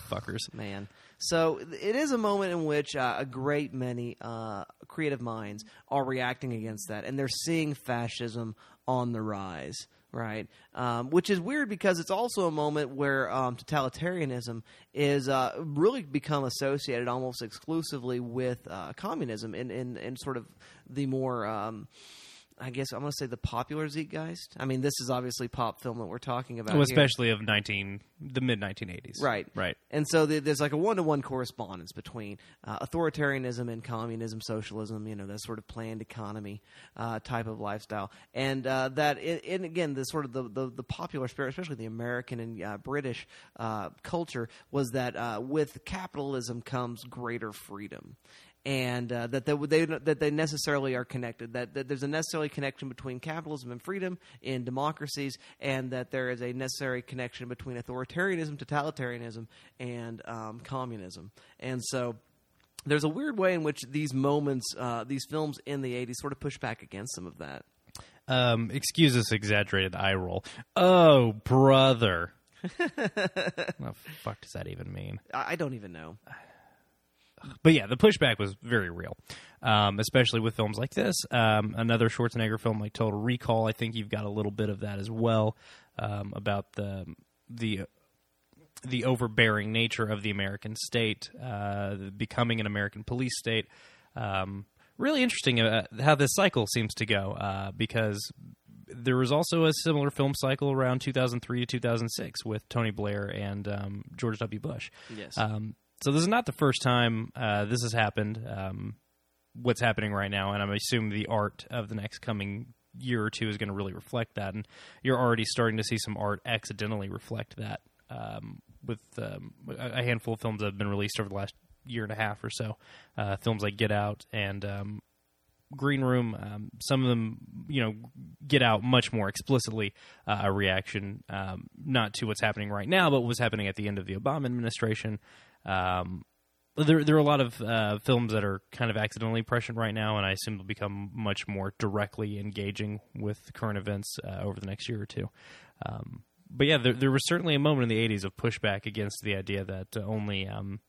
[SPEAKER 4] fuckers.
[SPEAKER 3] man. So th- it is a moment in which uh, a great many uh, creative minds are reacting against that, and they're seeing fascism on the rise, right? Um, which is weird because it's also a moment where um, totalitarianism is uh, really become associated almost exclusively with uh, communism in, in, in sort of the more. Um, I guess I'm going to say the popular zeitgeist. I mean, this is obviously pop film that we're talking about,
[SPEAKER 4] Well,
[SPEAKER 3] here.
[SPEAKER 4] Oh, especially of nineteen, the mid nineteen eighties.
[SPEAKER 3] Right.
[SPEAKER 4] Right.
[SPEAKER 3] And so the, there's like a one to one correspondence between uh, authoritarianism and communism, socialism, you know, that sort of planned economy uh, type of lifestyle. And uh, that, i and again, the sort of the, the, the popular spirit, especially the American and uh, British uh, culture, was that uh, with capitalism comes greater freedom and uh, that they, they that they necessarily are connected. That, that there's a necessary connection between capitalism and freedom in democracies, and that there is a necessary connection between authoritarianism, totalitarianism, and um, communism. And so. There's a weird way in which these moments, uh, these films in the 80s, sort of push back against some of that.
[SPEAKER 4] Um, excuse this exaggerated eye roll. Oh,
[SPEAKER 3] [laughs]
[SPEAKER 4] brother. what the fuck does that even mean?
[SPEAKER 3] I, I don't even know.
[SPEAKER 4] But yeah, the pushback was very real, um, especially with films like this. Um, another Schwarzenegger film like Total Recall, I think you've got a little bit of that as well um, about the the the overbearing nature of the American state, uh, becoming an American police state. Um, really interesting uh, how this cycle seems to go uh, because there was also a similar film cycle around 2003 to 2006 with Tony Blair and um, George W. Bush.
[SPEAKER 3] Yes.
[SPEAKER 4] Um, so this is not the first time uh, this has happened. Um, what's happening right now, and I'm assuming the art of the next coming year or two is going to really reflect that. And you're already starting to see some art accidentally reflect that um, with um, a a handful of films that have been released over the last year and a half or so. Uh, films like Get Out and um, Green Room. Um, some of them, you know, get out much more explicitly uh, a reaction um, not to what's happening right now, but what was happening at the end of the Obama administration. Um, there, there are a lot of uh, films that are kind of accidentally prescient right now, and I assume will become much more directly engaging with current events uh, over the next year or two. Um, but yeah, there, there was certainly a moment in the '80s of pushback against the idea that uh, only um,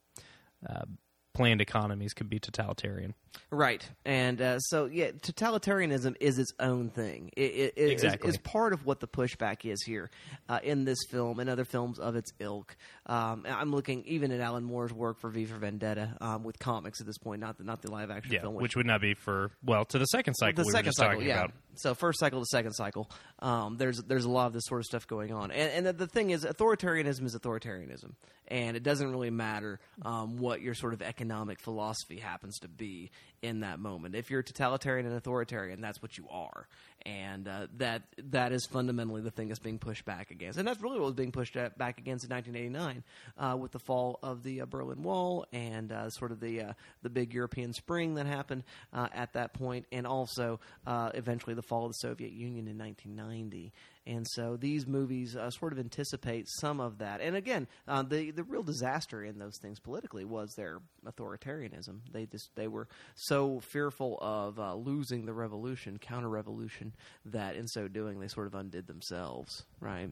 [SPEAKER 4] planned economies could be totalitarian.
[SPEAKER 3] Right, and uh, so yeah, totalitarianism is its own thing. It, it, it is-
[SPEAKER 4] Exactly.
[SPEAKER 3] is, part of what the pushback is here uh, in this film and other films of its ilk. Um, and I'm looking even at Alan Moore's work for V for Vendetta um, with comics at this point, not the not the live action
[SPEAKER 4] Yeah,
[SPEAKER 3] film,
[SPEAKER 4] which would not be for well to the second
[SPEAKER 3] the
[SPEAKER 4] cycle. we were
[SPEAKER 3] second
[SPEAKER 4] just
[SPEAKER 3] cycle,
[SPEAKER 4] talking
[SPEAKER 3] yeah.
[SPEAKER 4] about.
[SPEAKER 3] So first cycle to second cycle, um, there's there's a lot of this sort of stuff going on, and, and the, the thing is, authoritarianism is authoritarianism, and it doesn't really matter um, what your sort of economic philosophy happens to be in that moment. If you're totalitarian and authoritarian, that's what you are, and uh, that that is fundamentally the thing that's being pushed back against, and that's really what was being pushed at- back against in 1989 uh, with the fall of the uh, Berlin Wall and uh, sort of the uh, the big European Spring that happened uh, at that point, and also uh, eventually the fall of the Soviet Union in 1990. And so these movies uh, sort of anticipate some of that. And again, uh, the the real disaster in those things politically was their authoritarianism. They just they were so fearful of uh, losing the revolution, counter revolution, that in so doing they sort of undid themselves. Right.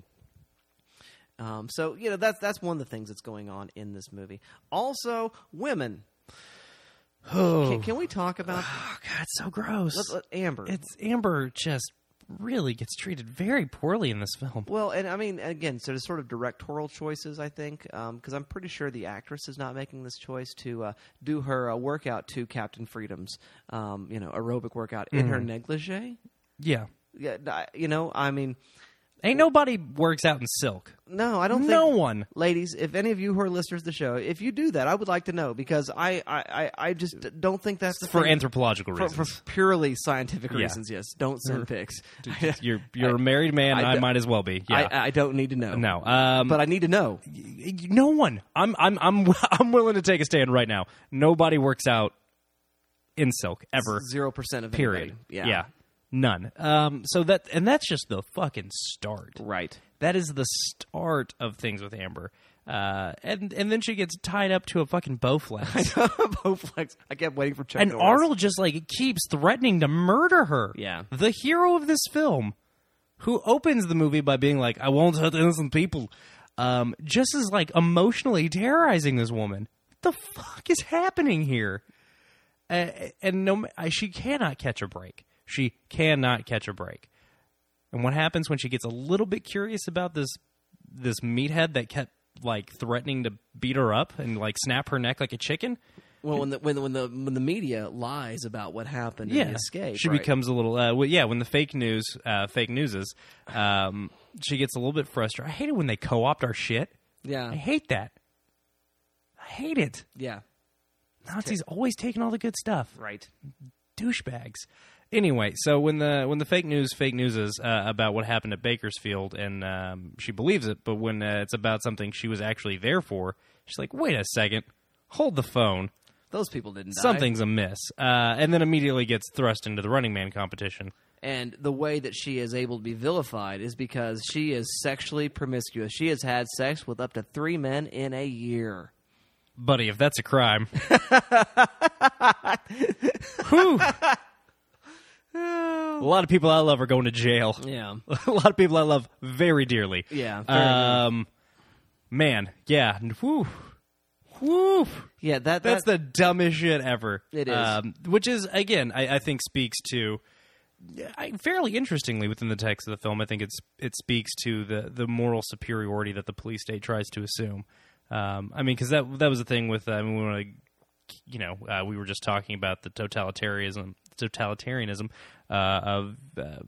[SPEAKER 3] Um, so you know that's that's one of the things that's going on in this movie. Also, women. Can, can we talk
[SPEAKER 4] [sighs]
[SPEAKER 3] about
[SPEAKER 4] Oh God, it's so gross.
[SPEAKER 3] let's, let, Amber?
[SPEAKER 4] it's Amber just really gets treated very poorly in this film.
[SPEAKER 3] well, and I mean, again, so the sort of directorial choices, I think, because I'm pretty sure the actress is not making this choice to uh, do her uh, workout to Captain Freedom's, um, you know, aerobic workout in
[SPEAKER 4] Mm-hmm.
[SPEAKER 3] her negligee.
[SPEAKER 4] Yeah,
[SPEAKER 3] Yeah, I- you know, I mean,
[SPEAKER 4] ain't nobody works out in silk.
[SPEAKER 3] no, I don't. think...
[SPEAKER 4] No one.
[SPEAKER 3] ladies, if any of you who are listeners to the show, if you do that, I would like to know because I, I, I, I just don't think that's the
[SPEAKER 4] For
[SPEAKER 3] thing-
[SPEAKER 4] anthropological
[SPEAKER 3] for,
[SPEAKER 4] reasons.
[SPEAKER 3] for purely scientific
[SPEAKER 4] Yeah.
[SPEAKER 3] reasons. Yes, don't
[SPEAKER 4] [laughs]
[SPEAKER 3] send pics. [laughs]
[SPEAKER 4] you're you're a married man.
[SPEAKER 3] I
[SPEAKER 4] and I
[SPEAKER 3] d-
[SPEAKER 4] might as well be. Yeah.
[SPEAKER 3] I, I don't need to know.
[SPEAKER 4] no. Um,
[SPEAKER 3] but I need to know.
[SPEAKER 4] no one. I'm I'm I'm [laughs] I'm willing to take a stand right now. Nobody works out in silk ever.
[SPEAKER 3] Zero percent of
[SPEAKER 4] Period.
[SPEAKER 3] anybody. Yeah.
[SPEAKER 4] None. Um, so that and that's just the fucking start.
[SPEAKER 3] Right. [laughs]
[SPEAKER 4] That is the start of things with Amber. Uh, and and then she gets tied up to a fucking Bowflex.
[SPEAKER 3] Bowflex. I kept waiting for Chuck.
[SPEAKER 4] And
[SPEAKER 3] Norris.
[SPEAKER 4] Arnold just like keeps threatening to murder her.
[SPEAKER 3] Yeah.
[SPEAKER 4] The hero of this film, who opens the movie by being like, I won't hurt innocent people, um, just is like emotionally terrorizing this woman. What the fuck is happening here? Uh, and no, ma- I- she cannot catch a break. She cannot catch a break. And what happens when she gets a little bit curious about this this meathead that kept like threatening to beat her up and like snap her neck like a chicken?
[SPEAKER 3] Well, when the when the, when the when the media lies about what happened, and the escape.
[SPEAKER 4] She
[SPEAKER 3] right.
[SPEAKER 4] becomes a little, uh, well, yeah, when the fake news, uh, fake news is, um, she gets a little bit frustrated. I hate it when they co opt our shit. I
[SPEAKER 3] yeah,
[SPEAKER 4] hate that. I hate it.
[SPEAKER 3] yeah,
[SPEAKER 4] Nazis always taking all the good stuff.
[SPEAKER 3] right.
[SPEAKER 4] Douchebags. Anyway, so when the when the fake news fake news is uh, about what happened at Bakersfield and um, she believes it, but when uh, it's about something she was actually there for, she's like, "Wait a second, hold the phone."
[SPEAKER 3] Those people didn't die.
[SPEAKER 4] Something's amiss, uh, and then immediately gets thrust into the Running Man competition.
[SPEAKER 3] and the way that she is able to be vilified is because she is sexually promiscuous. She has had sex with up to three men in a year.
[SPEAKER 4] buddy, if that's
[SPEAKER 3] [laughs]
[SPEAKER 4] a crime.
[SPEAKER 3] [laughs]
[SPEAKER 4] Whew. a lot of people I love are going to jail.
[SPEAKER 3] Yeah,
[SPEAKER 4] [laughs] A lot of people I love very dearly.
[SPEAKER 3] yeah, fair enough.
[SPEAKER 4] Um, man, yeah. Whew. Whew.
[SPEAKER 3] yeah. That
[SPEAKER 4] That's
[SPEAKER 3] that,
[SPEAKER 4] the dumbest shit ever. Um,
[SPEAKER 3] It is.
[SPEAKER 4] which is, again, I, I think speaks to. I, fairly interestingly, within the text of the film, I think it's it speaks to the the moral superiority that the police state tries to assume. Um, I mean, because that that was the thing with I mean, when I, you know uh, we were just talking about the totalitarianism totalitarianism uh, of uh,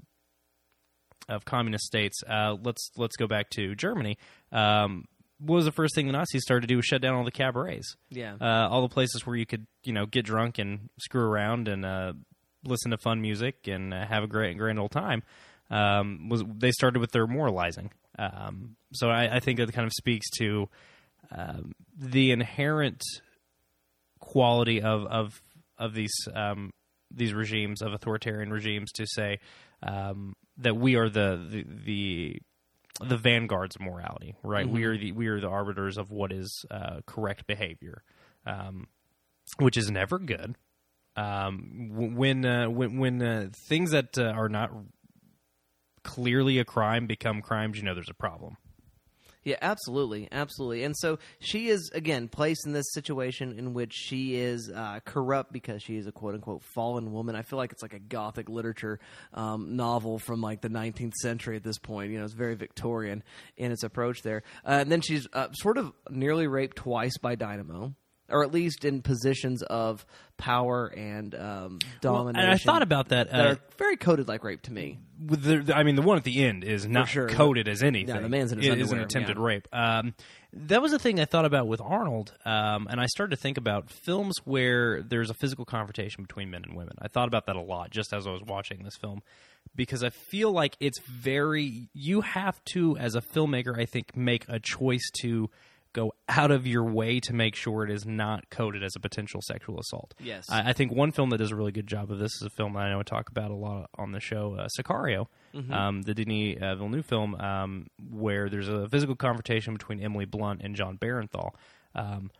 [SPEAKER 4] of communist states. Uh, let's let's go back to Germany. Um, what was the first thing the Nazis started to do was shut down all the cabarets
[SPEAKER 3] yeah.
[SPEAKER 4] uh, all the places where you could you know get drunk and screw around and uh, listen to fun music and uh, have a great grand old time um, was they started with their moralizing. Um, so I, I think that kind of speaks to um, the inherent quality of of of these um, these regimes of authoritarian regimes to say um, that we are the the, the the vanguards of morality, right? We are the we are the arbiters of what is uh, correct behavior, um, which is never good. Um, w- when uh, when when uh, things that uh, are not clearly a crime become crimes, you know there's a problem.
[SPEAKER 3] Yeah, absolutely, absolutely. And so she is again placed in this situation in which she is uh, corrupt because she is a quote unquote fallen woman. I feel like it's like a gothic literature um, novel from like the 19th century at this point. You know, it's very Victorian in its approach there. Uh, and then she's uh, sort of nearly raped twice by Dynamo. Or at least in positions of power and um,
[SPEAKER 4] Well,
[SPEAKER 3] domination.
[SPEAKER 4] and I thought about that.
[SPEAKER 3] that
[SPEAKER 4] Uh,
[SPEAKER 3] are very coded like rape to me.
[SPEAKER 4] with the, I mean, the one at the end is not
[SPEAKER 3] sure.
[SPEAKER 4] coded as anything.
[SPEAKER 3] Yeah, the man's in his
[SPEAKER 4] It is an
[SPEAKER 3] underwear,
[SPEAKER 4] attempted
[SPEAKER 3] yeah.
[SPEAKER 4] rape. Um, that was the thing I thought about with Arnold, um, and I started to think about films where there's a physical confrontation between men and women. I thought about that a lot just as I was watching this film because I feel like it's very. You have to, as a filmmaker, I think, make a choice to go out of your way to make sure it is not coded as a potential sexual assault.
[SPEAKER 3] Yes.
[SPEAKER 4] I, I think one film that does a really good job of this is a film that I know I talk about a lot on the show, uh, Sicario, um, the Denis uh, Villeneuve film, um, where there's a physical confrontation between Emily Blunt and John Barenthal. Um,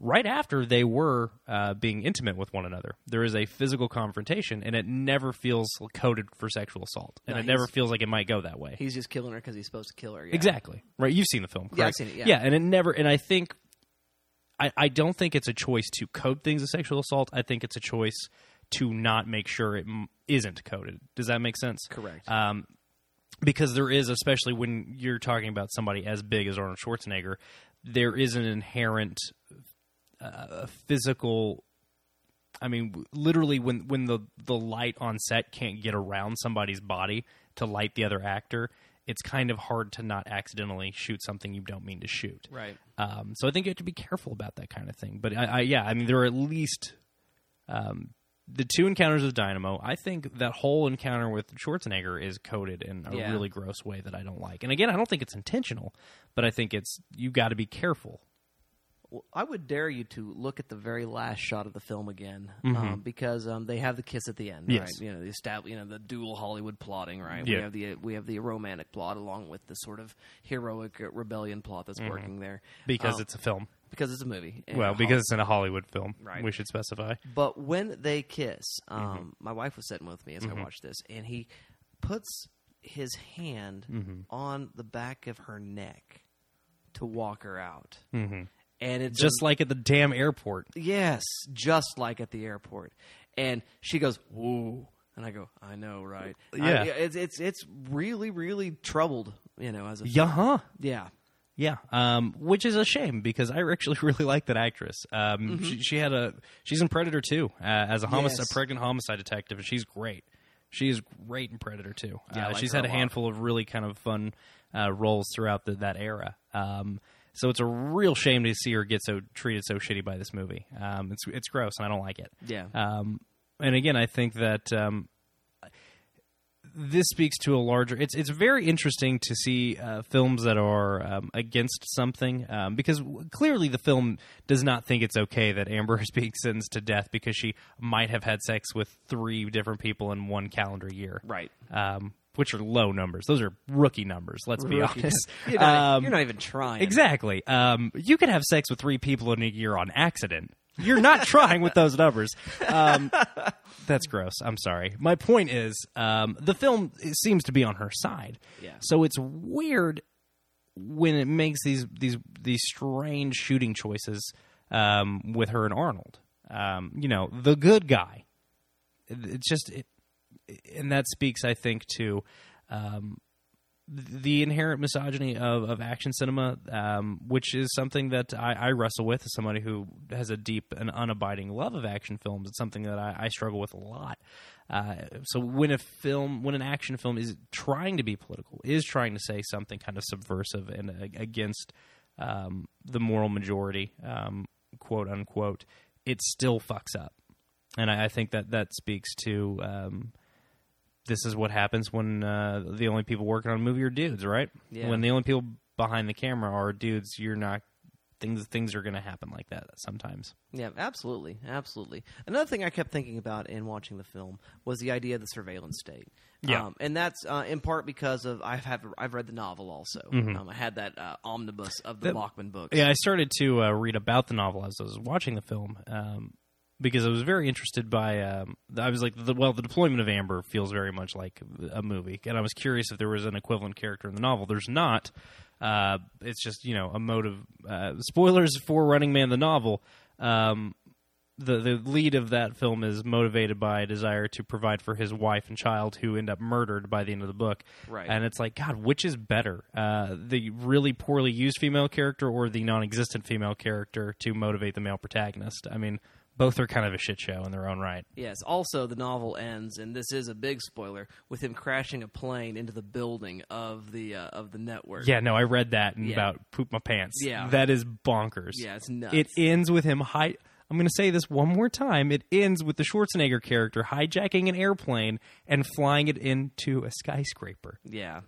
[SPEAKER 4] right after they were uh, being intimate with one another, there is a physical confrontation, and it never feels coded for sexual assault, and
[SPEAKER 3] No,
[SPEAKER 4] it never
[SPEAKER 3] he's-
[SPEAKER 4] feels like it might go that way.
[SPEAKER 3] He's just killing her because he's supposed to kill her. yeah.
[SPEAKER 4] Exactly. Right. You've seen the film. Correct?
[SPEAKER 3] Yeah, I've seen it, yeah.
[SPEAKER 4] and it never. And I think, I I don't think it's a choice to code things as sexual assault. I think it's a choice to not make sure it m- isn't coded. Does that make sense?
[SPEAKER 3] Correct.
[SPEAKER 4] Um, because there is, especially when you're talking about somebody as big as Arnold Schwarzenegger, there is an inherent uh, physical. I mean, w- literally, when when the the light on set can't get around somebody's body to light the other actor, it's kind of hard to not accidentally shoot something you don't mean to shoot.
[SPEAKER 3] Right.
[SPEAKER 4] Um, so I think you have to be careful about that kind of thing. But I, I yeah, I mean, there are at least um, the two encounters with Dynamo. I think that whole encounter with Schwarzenegger is coded in a
[SPEAKER 3] Yeah.
[SPEAKER 4] really gross way that I don't like. And again, I don't think it's intentional, but I think it's you got to be careful.
[SPEAKER 3] Well, I would dare you to look at the very last shot of the film again, um, because um, they have the kiss at the end.
[SPEAKER 4] Mm-hmm. Yes.
[SPEAKER 3] Right? You know the estab- you know the dual Hollywood plotting. Right. We
[SPEAKER 4] Yeah.
[SPEAKER 3] have the we have the romantic plot along with the sort of heroic uh, rebellion plot that's working there
[SPEAKER 4] Because
[SPEAKER 3] Um,
[SPEAKER 4] it's a film.
[SPEAKER 3] because it's a movie. and
[SPEAKER 4] Mm-hmm. Well,
[SPEAKER 3] Hol-
[SPEAKER 4] because it's in a Hollywood film,
[SPEAKER 3] Right.
[SPEAKER 4] we should specify.
[SPEAKER 3] But when they kiss, um,
[SPEAKER 4] Mm-hmm.
[SPEAKER 3] my wife was sitting with me as I watched this, and he puts his hand
[SPEAKER 4] Mm-hmm.
[SPEAKER 3] on the back of her neck to walk her out, mm-hmm. and it's
[SPEAKER 4] Just like at the damn airport.
[SPEAKER 3] Yes, just like at the airport. And she goes, "Whoa," and I go, "I know, right?" I-
[SPEAKER 4] Yeah.
[SPEAKER 3] it's it's it's really really troubled, you know, as a
[SPEAKER 4] Yeah, huh?
[SPEAKER 3] yeah.
[SPEAKER 4] Yeah, um, which is a shame because I actually [laughs] really like that actress. Um, she, she had a she's in Predator too uh, as a homic-
[SPEAKER 3] Mm-hmm. Yes.
[SPEAKER 4] a pregnant homicide detective, and she's great. She is great in Predator too.
[SPEAKER 3] Yeah, I
[SPEAKER 4] uh,
[SPEAKER 3] like
[SPEAKER 4] she's
[SPEAKER 3] her
[SPEAKER 4] had
[SPEAKER 3] a
[SPEAKER 4] a
[SPEAKER 3] lot.
[SPEAKER 4] handful of really kind of fun uh, roles throughout the, that era. Um, so it's a real shame to see her get so treated so shitty by this movie. Um, it's it's gross, and I don't like it.
[SPEAKER 3] Yeah.
[SPEAKER 4] Um, and again, I think that um, this speaks to a larger. It's it's very interesting to see uh, films that are um, against something um, because w- clearly the film does not think it's okay that Amber [laughs] is being sentenced to death because she might have had sex with three different people in one calendar year,
[SPEAKER 3] Right.
[SPEAKER 4] Um, which are low numbers. Those are rookie numbers. Let's be
[SPEAKER 3] Rookie. [laughs]
[SPEAKER 4] honest.
[SPEAKER 3] You're not, e,
[SPEAKER 4] Um,
[SPEAKER 3] you're not even trying.
[SPEAKER 4] Exactly. Um, you could have sex with three people in a year on accident. You're not [laughs] trying with those numbers. Um, that's gross. I'm sorry. My point is, um, the film seems to be on her side.
[SPEAKER 3] Yeah.
[SPEAKER 4] So it's weird when it makes these these these strange shooting choices um, with her and Arnold. Um, you know, the good guy. It- It's just, it, and that speaks, I think, to the inherent misogyny of, of action cinema, um, which is something that I, I wrestle with as somebody who has a deep and unabiding love of action films. It's something that I, I struggle with a lot. Uh, so when a film, when an action film is trying to be political, is trying to say something kind of subversive and a against um, the moral majority, um, quote unquote, it still fucks up. And I, I think that that speaks to um, this is what happens when uh, the only people working on a movie are dudes, right?
[SPEAKER 3] Yeah.
[SPEAKER 4] When the only people behind the camera are dudes, you're not things. Things are going to happen like that sometimes.
[SPEAKER 3] Yeah, absolutely, absolutely. Another thing I kept thinking about in watching the film was the idea of the surveillance state.
[SPEAKER 4] Yeah.
[SPEAKER 3] um, and that's uh, in part because of I've have I've read the novel also.
[SPEAKER 4] Mm-hmm.
[SPEAKER 3] Um, I had that uh, omnibus of the Bachman books.
[SPEAKER 4] Yeah, I started to uh, read about the novel as I was watching the film, um, because I was very interested by. Um, I was like, the, well, the deployment of Amber feels very much like a movie, and I was curious if there was an equivalent character in the novel. There's not. Uh, it's just you know a motive. Uh, spoilers for Running Man the novel. Um, the the lead of that film is motivated by a desire to provide for his wife and child, who end up murdered by the end of the book.
[SPEAKER 3] Right.
[SPEAKER 4] And it's like, God, which is better, uh, the really poorly used female character or the non-existent female character to motivate the male protagonist? I mean, both are kind of a shit show in their own right.
[SPEAKER 3] Yes. Also, the novel ends, and this is a big spoiler, with him crashing a plane into the building of the uh, of the network.
[SPEAKER 4] Yeah, no, I read that and
[SPEAKER 3] Yeah.
[SPEAKER 4] about poop my pants.
[SPEAKER 3] Yeah.
[SPEAKER 4] that is bonkers.
[SPEAKER 3] Yeah, it's nuts.
[SPEAKER 4] It ends with him hi I'm going to say this one more time. It ends with the Schwarzenegger character hijacking an airplane and flying it into a skyscraper.
[SPEAKER 3] yeah.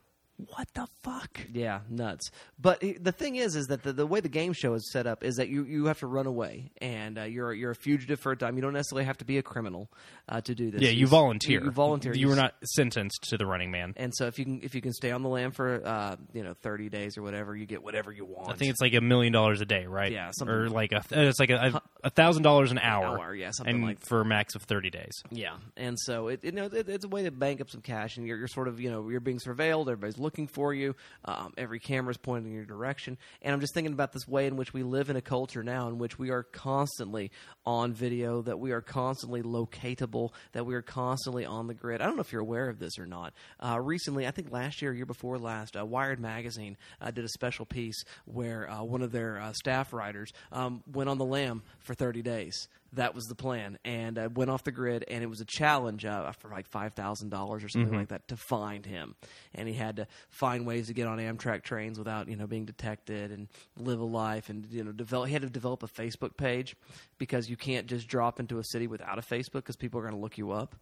[SPEAKER 4] What the fuck?
[SPEAKER 3] Yeah, nuts. But i- the thing is, is that the, the way the game show is set up is that you, you have to run away, and uh, you're you're a fugitive for a time. You don't necessarily have to be a criminal uh, to do this.
[SPEAKER 4] Yeah, you
[SPEAKER 3] s-
[SPEAKER 4] volunteer.
[SPEAKER 3] You, you volunteer.
[SPEAKER 4] You were
[SPEAKER 3] s-
[SPEAKER 4] not sentenced to the running man.
[SPEAKER 3] And so if you can if you can stay on the land for uh, you know thirty days or whatever, you get whatever you want.
[SPEAKER 4] I think it's like a million dollars a day, right?
[SPEAKER 3] Yeah, something-
[SPEAKER 4] or like a uh, it's like a a thousand dollars an hour.
[SPEAKER 3] hour, yeah, something
[SPEAKER 4] and
[SPEAKER 3] like-
[SPEAKER 4] for a max of thirty days.
[SPEAKER 3] Yeah, and so it, you know it, it's a way to bank up some cash, and you're, you're sort of you know you're being surveilled. Everybody's looking for you. Um, every camera's pointing in your direction, and I'm just thinking about this way in which we live in a culture now in which we are constantly on video, that we are constantly locatable, that we are constantly on the grid. I don't know if you're aware of this or not. Uh, recently, I think last year, year before last, uh, Wired magazine uh, did a special piece where uh, one of their uh, staff writers um, went on the lam for 30 days that was the plan and i went off the grid and it was a challenge uh, for like $5000 or something
[SPEAKER 4] Mm-hmm.
[SPEAKER 3] like that to find him and he had to find ways to get on amtrak trains without you know being detected and live a life and you know develop he had to develop a facebook page because you can't just drop into a city without a facebook because people are going to look you up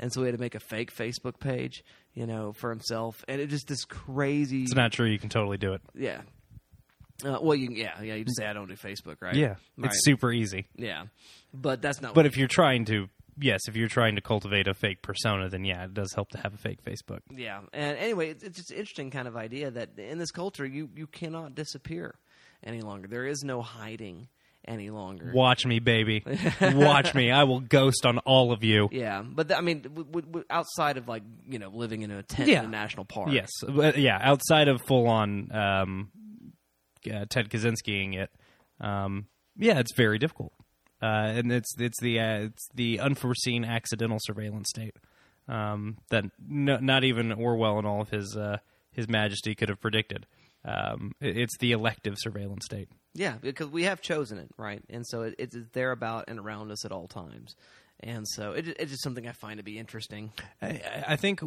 [SPEAKER 3] and so he had to make a fake facebook page you know for himself and it just this crazy
[SPEAKER 4] It's not true. You can totally do it.
[SPEAKER 3] yeah uh, well you yeah yeah you just say i don't do facebook right
[SPEAKER 4] Yeah,
[SPEAKER 3] Right.
[SPEAKER 4] it's super easy.
[SPEAKER 3] yeah but that's not
[SPEAKER 4] But if you're trying to, yes, if you're trying to cultivate a fake persona, then yeah, it does help to have a fake Facebook.
[SPEAKER 3] Yeah, and anyway, it's, it's just an interesting kind of idea that in this culture, you you cannot disappear any longer. There is no hiding any longer.
[SPEAKER 4] Watch
[SPEAKER 3] [laughs]
[SPEAKER 4] me, baby. Watch me. I will ghost on all of you.
[SPEAKER 3] Yeah, but th- I mean, w- w- w- outside of like you know living in a tent
[SPEAKER 4] Yeah.
[SPEAKER 3] in a national park.
[SPEAKER 4] Yes, but yeah. Outside of full on um, uh, Ted Kaczynskiing it, um, yeah, it's very difficult, uh, and it's it's the uh, it's the unforeseen accidental surveillance state um, that no, not even Orwell and all of his uh, his Majesty could have predicted. Um, it- it's the elective surveillance state.
[SPEAKER 3] yeah, because we have chosen it, right? And so it, it's there about and around us at all times, and so it, it's just something I find to be interesting.
[SPEAKER 4] I- I, I think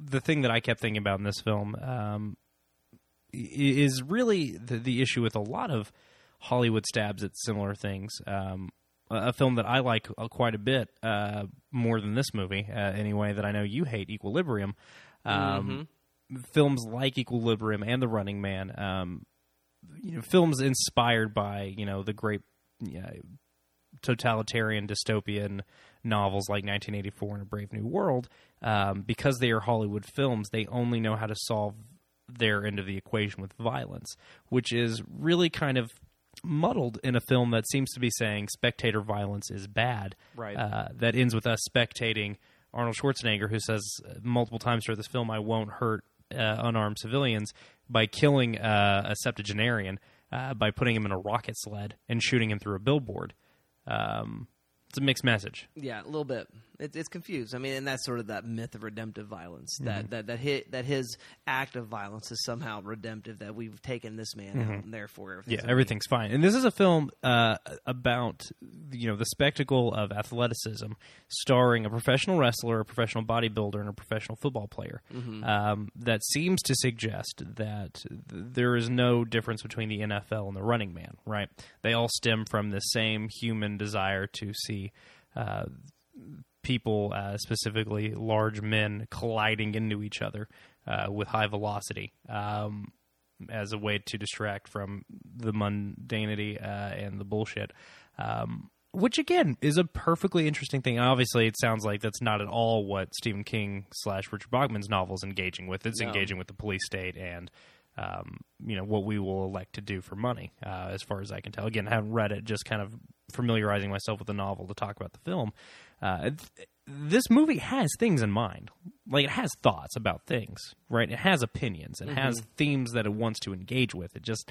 [SPEAKER 4] the thing that I kept thinking about in this film um, i- is really the, the issue with a lot of Hollywood stabs at similar things. Um, a a film that I like uh, quite a bit uh, more than this movie, uh, anyway, that I know you hate, Equilibrium. Um, Films like Equilibrium and The Running Man, um, you know, films inspired by you know the great yeah, totalitarian dystopian novels like 1984 and A Brave New World, um, because they are Hollywood films, they only know how to solve their end of the equation with violence, which is really kind of muddled in a film that seems to be saying spectator violence is bad.
[SPEAKER 3] Right.
[SPEAKER 4] Uh, that ends with us spectating Arnold Schwarzenegger, who says multiple times throughout this film, "I won't hurt uh, unarmed civilians," by killing uh, a septuagenarian uh, by putting him in a rocket sled and shooting him through a billboard. Um, it's a mixed message.
[SPEAKER 3] Yeah, a little bit. It, it's confused. I mean, and that's sort of that myth of redemptive violence
[SPEAKER 4] Mm-hmm.
[SPEAKER 3] that that that his, that his act of violence is somehow redemptive. That we've taken this man out, and therefore everything's
[SPEAKER 4] Mm-hmm. yeah, everything's fine. And this is a film uh, about you know the spectacle of athleticism, starring a professional wrestler, a professional bodybuilder, and a professional football player. Um, that seems to suggest that th- there is no difference between the NFL and the running man. Right? They all stem from the same human desire to see. Uh, people, uh, specifically large men, colliding into each other uh, with high velocity um, as a way to distract from the mundanity uh, and the bullshit. Um, which again is a perfectly interesting thing. Obviously, it sounds like that's not at all what Stephen King slash Richard Bachman's novels engaging with. It's engaging with the police state and um, you know what we will elect to do for money, uh, as far as I can tell. Again, I haven't read it; just kind of familiarizing myself with the novel to talk about the film. Uh, th- this movie has things in mind, like it has thoughts about things, right? It has opinions, it has
[SPEAKER 3] Mm-hmm.
[SPEAKER 4] themes that it wants to engage with. It just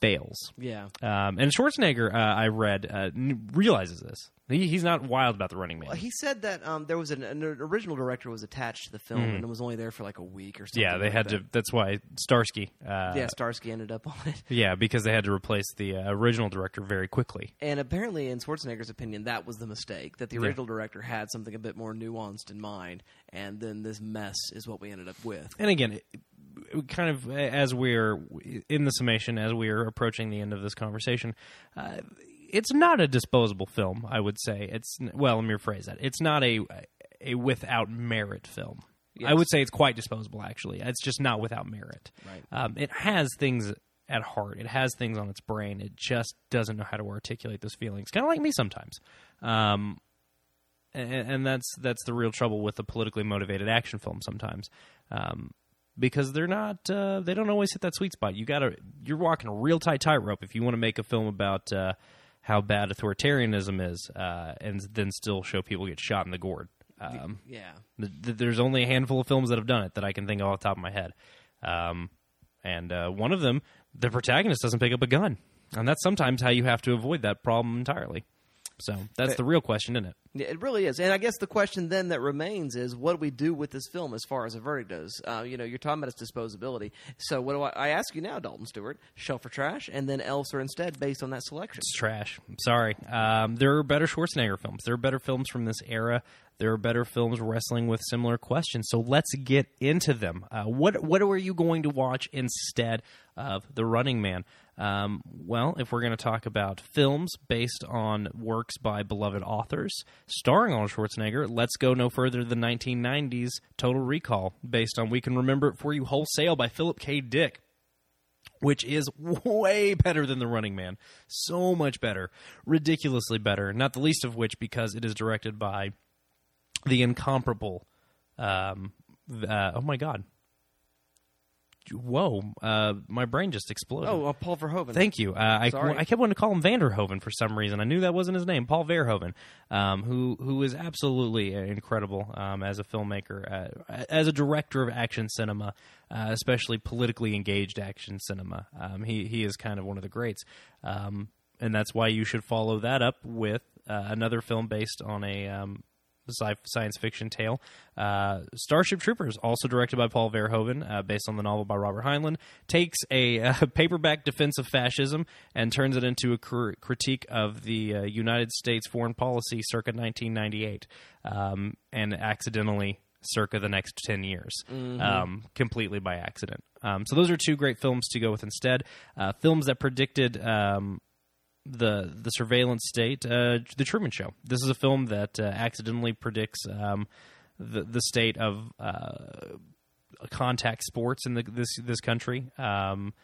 [SPEAKER 4] fails.
[SPEAKER 3] Yeah.
[SPEAKER 4] Um, and Schwarzenegger, uh, I read, uh, n- realizes this. He, he's not wild about the Running Man.
[SPEAKER 3] Well, he said that um, there was an, an original director was attached to the film and was only there for like a week or something.
[SPEAKER 4] Mm-hmm. yeah, they
[SPEAKER 3] like
[SPEAKER 4] had
[SPEAKER 3] that.
[SPEAKER 4] to. That's why Starsky. Uh,
[SPEAKER 3] yeah, Starsky ended up [laughs] on it.
[SPEAKER 4] yeah, because they had to replace the uh, original director very quickly.
[SPEAKER 3] And apparently, in Schwarzenegger's opinion, that was the mistake that the original director had something a bit more nuanced in mind, and then this mess is what we ended up with.
[SPEAKER 4] And again, it- it kind of as we're in the summation, as we're approaching the end of this conversation, uh, it's not a disposable film. I would say it's well, let me rephrase that. It's not a a without merit film. I would say it's quite disposable. Actually, it's just not without merit.
[SPEAKER 3] Right.
[SPEAKER 4] Um, it has things at heart. It has things on its brain. It just doesn't know how to articulate those feelings. Kind of like me sometimes. Um, and, and that's that's the real trouble with the politically motivated action film sometimes, um, because they're not uh, they don't always hit that sweet spot. You gotta you're walking a real tight tightrope if you want to make a film about uh, how bad authoritarianism is, uh, and then still show people get shot in the gourd. Um,
[SPEAKER 3] Yeah.
[SPEAKER 4] th- th- there's only a handful of films that have done it that I can think of off the top of my head, um, and uh, one of them, the protagonist doesn't pick up a gun, and that's sometimes how you have to avoid that problem entirely. So that's the real question, isn't it?
[SPEAKER 3] Yeah, It really is, and I guess the question then that remains is what do we do with this film as far as a verdict goes. Uh, you know, you're talking about its disposability. So what do I, I ask you now, Dalton Stewart? Shell for trash, and then else or instead, based on that selection.
[SPEAKER 4] It's trash. I'm sorry. Um, there are better Schwarzenegger films. There are better films from this era. There are better films wrestling with similar questions. So let's get into them. Uh, what What are you going to watch instead of The Running Man? Um, well, if we're going to talk about films based on works by beloved authors starring Arnold Schwarzenegger, let's go no further than 1990s Total Recall, based on We Can Remember It For You Wholesale by Philip K. Dick which is [laughs] way better than The Running Man. So much better. Ridiculously better. Not the least of which because it is directed by the incomparable. Um, uh, oh my God. Whoa. Uh, my brain just exploded.
[SPEAKER 3] Oh, uh, Paul Verhoeven.
[SPEAKER 4] Thank you. Uh, I,
[SPEAKER 3] Sorry.
[SPEAKER 4] I kept wanting to call him Vanderhoven for some reason. I knew that wasn't his name, Paul Verhoeven, um, who who is absolutely uh, incredible um, as a filmmaker, uh, as a director of action cinema, uh, especially politically engaged action cinema. Um, he he is kind of one of the greats, um, and that's why you should follow that up with uh, another film based on a. Um, sci- Science fiction tale, uh, Starship Troopers, also directed by Paul Verhoeven, uh, based on the novel by Robert Heinlein, takes a uh, [laughs] paperback defense of fascism and turns it into a cr- critique of the uh, United States foreign policy circa 1998, um, and accidentally circa the next 10 years um, completely by accident um, so those are two great films to go with instead uh, films that predicted um, the the surveillance state, uh, the Truman Show. This is a film that uh, accidentally predicts um, the the state of uh, contact sports in the, this this country. Um,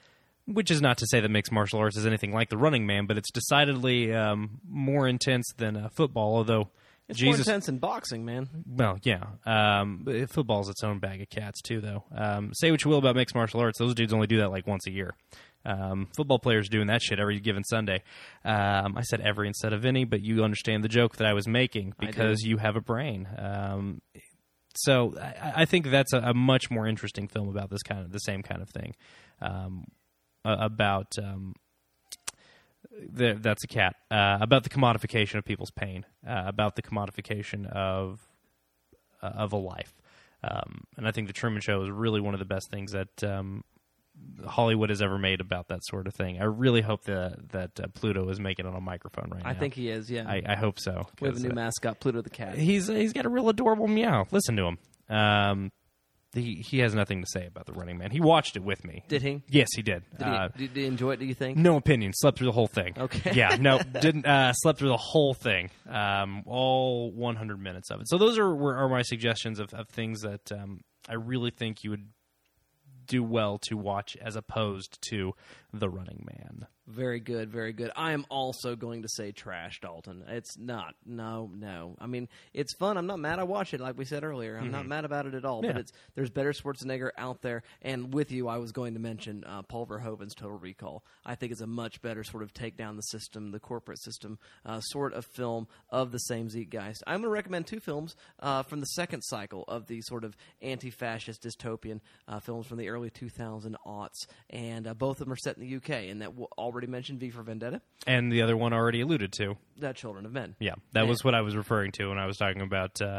[SPEAKER 4] which is not to say that mixed martial arts is anything like the Running Man, but it's decidedly um, more intense than uh, football. Although
[SPEAKER 3] It's more
[SPEAKER 4] Jesus,
[SPEAKER 3] intense in boxing, man.
[SPEAKER 4] well, yeah. Um, but football's its own bag of cats too, though. Um, say what you will about mixed martial arts; those dudes only do that like once a year. Um, football players doing that shit every given Sunday. Um, I said every instead of any, but you understand the joke that I was making because you have a brain. Um, so I, I think that's a, a much more interesting film about this kind of the same kind of thing. Um, a- about um, there, that's a cat. Uh, about the commodification of people's pain. Uh, about the commodification of uh, of a life. Um, and I think the Truman Show is really one of the best things that um, Hollywood has ever made about that sort of thing. I really hope that that uh, Pluto is making it on a microphone right now.
[SPEAKER 3] I think he is. Yeah,
[SPEAKER 4] I, I hope so.
[SPEAKER 3] we have a
[SPEAKER 4] 'cause,
[SPEAKER 3] new
[SPEAKER 4] uh,
[SPEAKER 3] mascot, Pluto the cat.
[SPEAKER 4] He's he's got a real adorable meow. Listen to him. Um, he he has nothing to say about the Running Man. He watched it with me.
[SPEAKER 3] Did he?
[SPEAKER 4] Yes, he did.
[SPEAKER 3] Did,
[SPEAKER 4] Uh,
[SPEAKER 3] he, did he enjoy it? Do you think?
[SPEAKER 4] no opinion. Slept through the whole thing.
[SPEAKER 3] Okay.
[SPEAKER 4] Yeah.
[SPEAKER 3] [laughs]
[SPEAKER 4] No. Didn't. Uh, slept through the whole thing. Um, all 100 minutes of it. So those are were, are my suggestions of, of things that um, I really think you would do well to watch as opposed to The Running Man.
[SPEAKER 3] Very good, very good. I am also going to say trash, Dalton. It's not. No, no. I mean, it's fun. I'm not mad. I watch it, like we said earlier. I'm not mad about it at all. But
[SPEAKER 4] Yeah.
[SPEAKER 3] it's there's better Schwarzenegger out there. And with you, I was going to mention uh, Paul Verhoeven's Total Recall. I think it's a much better sort of take down the system, the corporate system, uh, sort of film of the same zeitgeist. I'm going to recommend two films uh, from the second cycle of the sort of anti-fascist dystopian uh, films from the early 2000 aughts, and uh, both of them are set in the UK. And that w- already mentioned V for Vendetta,
[SPEAKER 4] and the other one already alluded to.
[SPEAKER 3] that Children of Men.
[SPEAKER 4] Yeah, that was what I was referring to when I was talking about uh,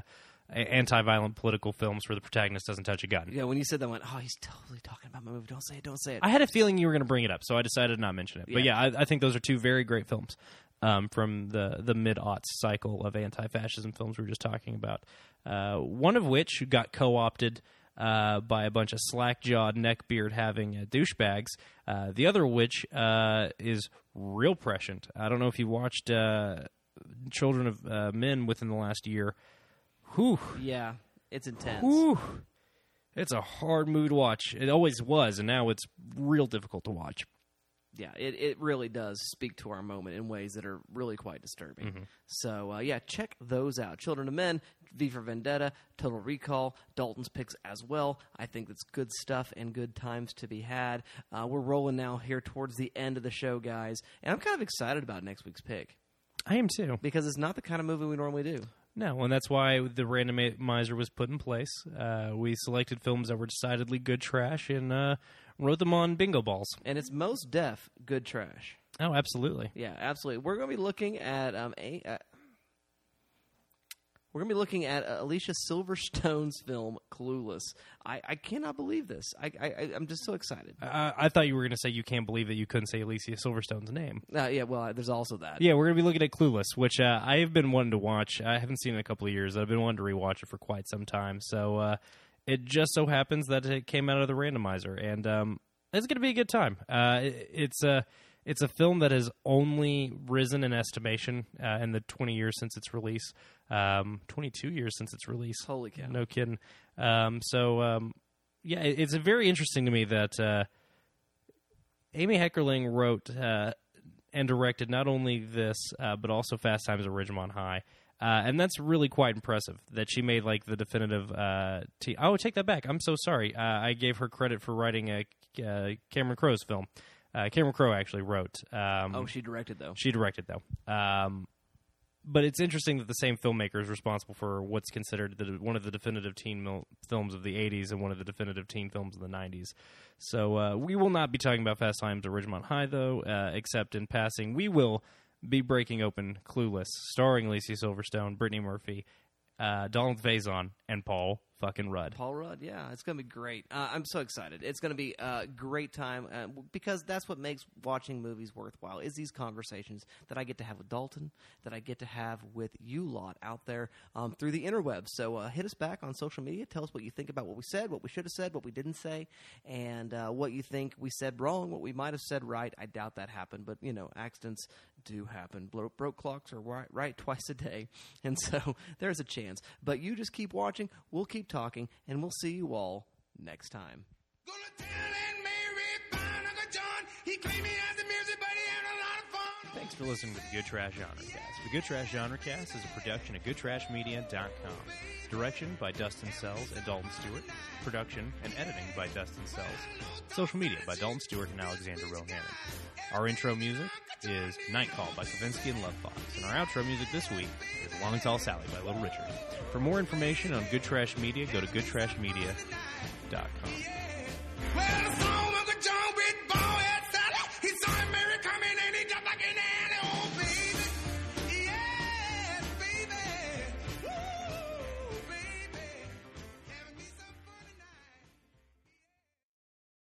[SPEAKER 4] a- anti-violent political films where the protagonist doesn't touch a gun.
[SPEAKER 3] Yeah, when you said that, I went, oh, he's totally talking about my movie. Don't say it. Don't say it.
[SPEAKER 4] I had a feeling you were going to bring it up, so I decided to not mention it. But yeah,
[SPEAKER 3] Yeah.
[SPEAKER 4] I, I think those are two very great films um, from the the mid aughts cycle of anti fascism films we were just talking about. Uh, one of which got co opted. Uh, by a bunch of slack jawed, neckbeard having uh, douchebags. Uh, the other of which uh, is real prescient. I don't know if you watched uh, Children of uh, Men within the last year. Whew.
[SPEAKER 3] yeah, it's intense.
[SPEAKER 4] Whew. It's a hard movie to watch. It always was, and now it's real difficult to watch.
[SPEAKER 3] yeah, it, it really does speak to our moment in ways that are really quite disturbing. So, uh, yeah, check those out. Children of Men, V for Vendetta, Total Recall, Dalton's picks as well. I think that's good stuff and good times to be had. Uh, we're rolling now here towards the end of the show, guys. And I'm kind of excited about next week's pick
[SPEAKER 4] I am too.
[SPEAKER 3] because it's not the kind of movie we normally do.
[SPEAKER 4] No, and that's why the randomizer was put in place. Uh, we selected films that were decidedly good trash and uh, wrote them on bingo balls.
[SPEAKER 3] And it's most deaf, good trash.
[SPEAKER 4] Oh, absolutely.
[SPEAKER 3] Yeah, absolutely. We're going to be looking at um a. Uh, we're going to be looking at uh, Alicia Silverstone's film Clueless. I, I cannot believe this. I, I I- I'm just so excited.
[SPEAKER 4] I, I thought you were going to say you can't believe that you couldn't say Alicia Silverstone's name.
[SPEAKER 3] Uh, yeah, well, I- there's also that.
[SPEAKER 4] Yeah, we're going to be looking at Clueless, which uh, I have been wanting to watch. I haven't seen it in a couple of years. I've been wanting to rewatch it for quite some time. So uh, it just so happens that it came out of the randomizer, and um, it's going to be a good time. Uh, it- it's a it's a film that has only risen in estimation uh, in the 20 years since its release, um, 22 years since its release.
[SPEAKER 3] Holy cow.
[SPEAKER 4] No kidding. Um, so um, yeah, it- it's very interesting to me that. Uh, Amy Heckerling wrote uh, and directed not only this, uh, but also Fast Times at Ridgemont High. Uh, and that's really quite impressive that she made like the definitive. Uh, t- oh, take that back. I'm so sorry. Uh, I gave her credit for writing a uh, Cameron Crowe's film. Uh, Cameron Crowe actually wrote. Um,
[SPEAKER 3] Oh, she directed though.
[SPEAKER 4] she directed though. Um, but it's interesting that the same filmmaker is responsible for what's considered the, one of the definitive teen mil- films of the '80s and one of the definitive teen films of the '90s. So uh, we will not be talking about Fast Times at Ridgemont High, though, uh, except in passing. We will be breaking open Clueless, starring Lacey Silverstone, Brittany Murphy, uh, Donald Faison, and Paul fucking Rudd.
[SPEAKER 3] Paul Rudd. Yeah, it's going to be great. Uh, I'm so excited. It's going to be a great time uh, w- because that's what makes watching movies worthwhile is these conversations that I get to have with Dalton, that I get to have with you lot out there um, through the interwebs. So uh, hit us back on social media. Tell us what you think about what we said, what we should have said, what we didn't say, and uh, what you think we said wrong, what we might have said right. I doubt that happened, but you know, accidents do happen. Bro- broke clocks are right, right twice a day, [laughs] and so there's a chance. But you just keep watching. We'll keep talking, and we'll see you all next time.
[SPEAKER 6] Gonna tell Aunt Mary, find Uncle John. He claimed he has the music, but he had a lot of fun.
[SPEAKER 4] Thanks for listening to the Good Trash Genrecast. The Good Trash Genrecast is a production of GoodTrashMedia.com. Direction by Dustin Sells and Dalton Stewart. Production and editing by Dustin Sells. Social media by Dalton Stewart and Alexander Rohanan. Our intro music is Night Call by Kavinsky and Love Fox. And our outro music this week is Long Tall Sally by Little Richard. For more information on Good Trash Media, go to GoodTrashMedia.com.
[SPEAKER 6] Oh,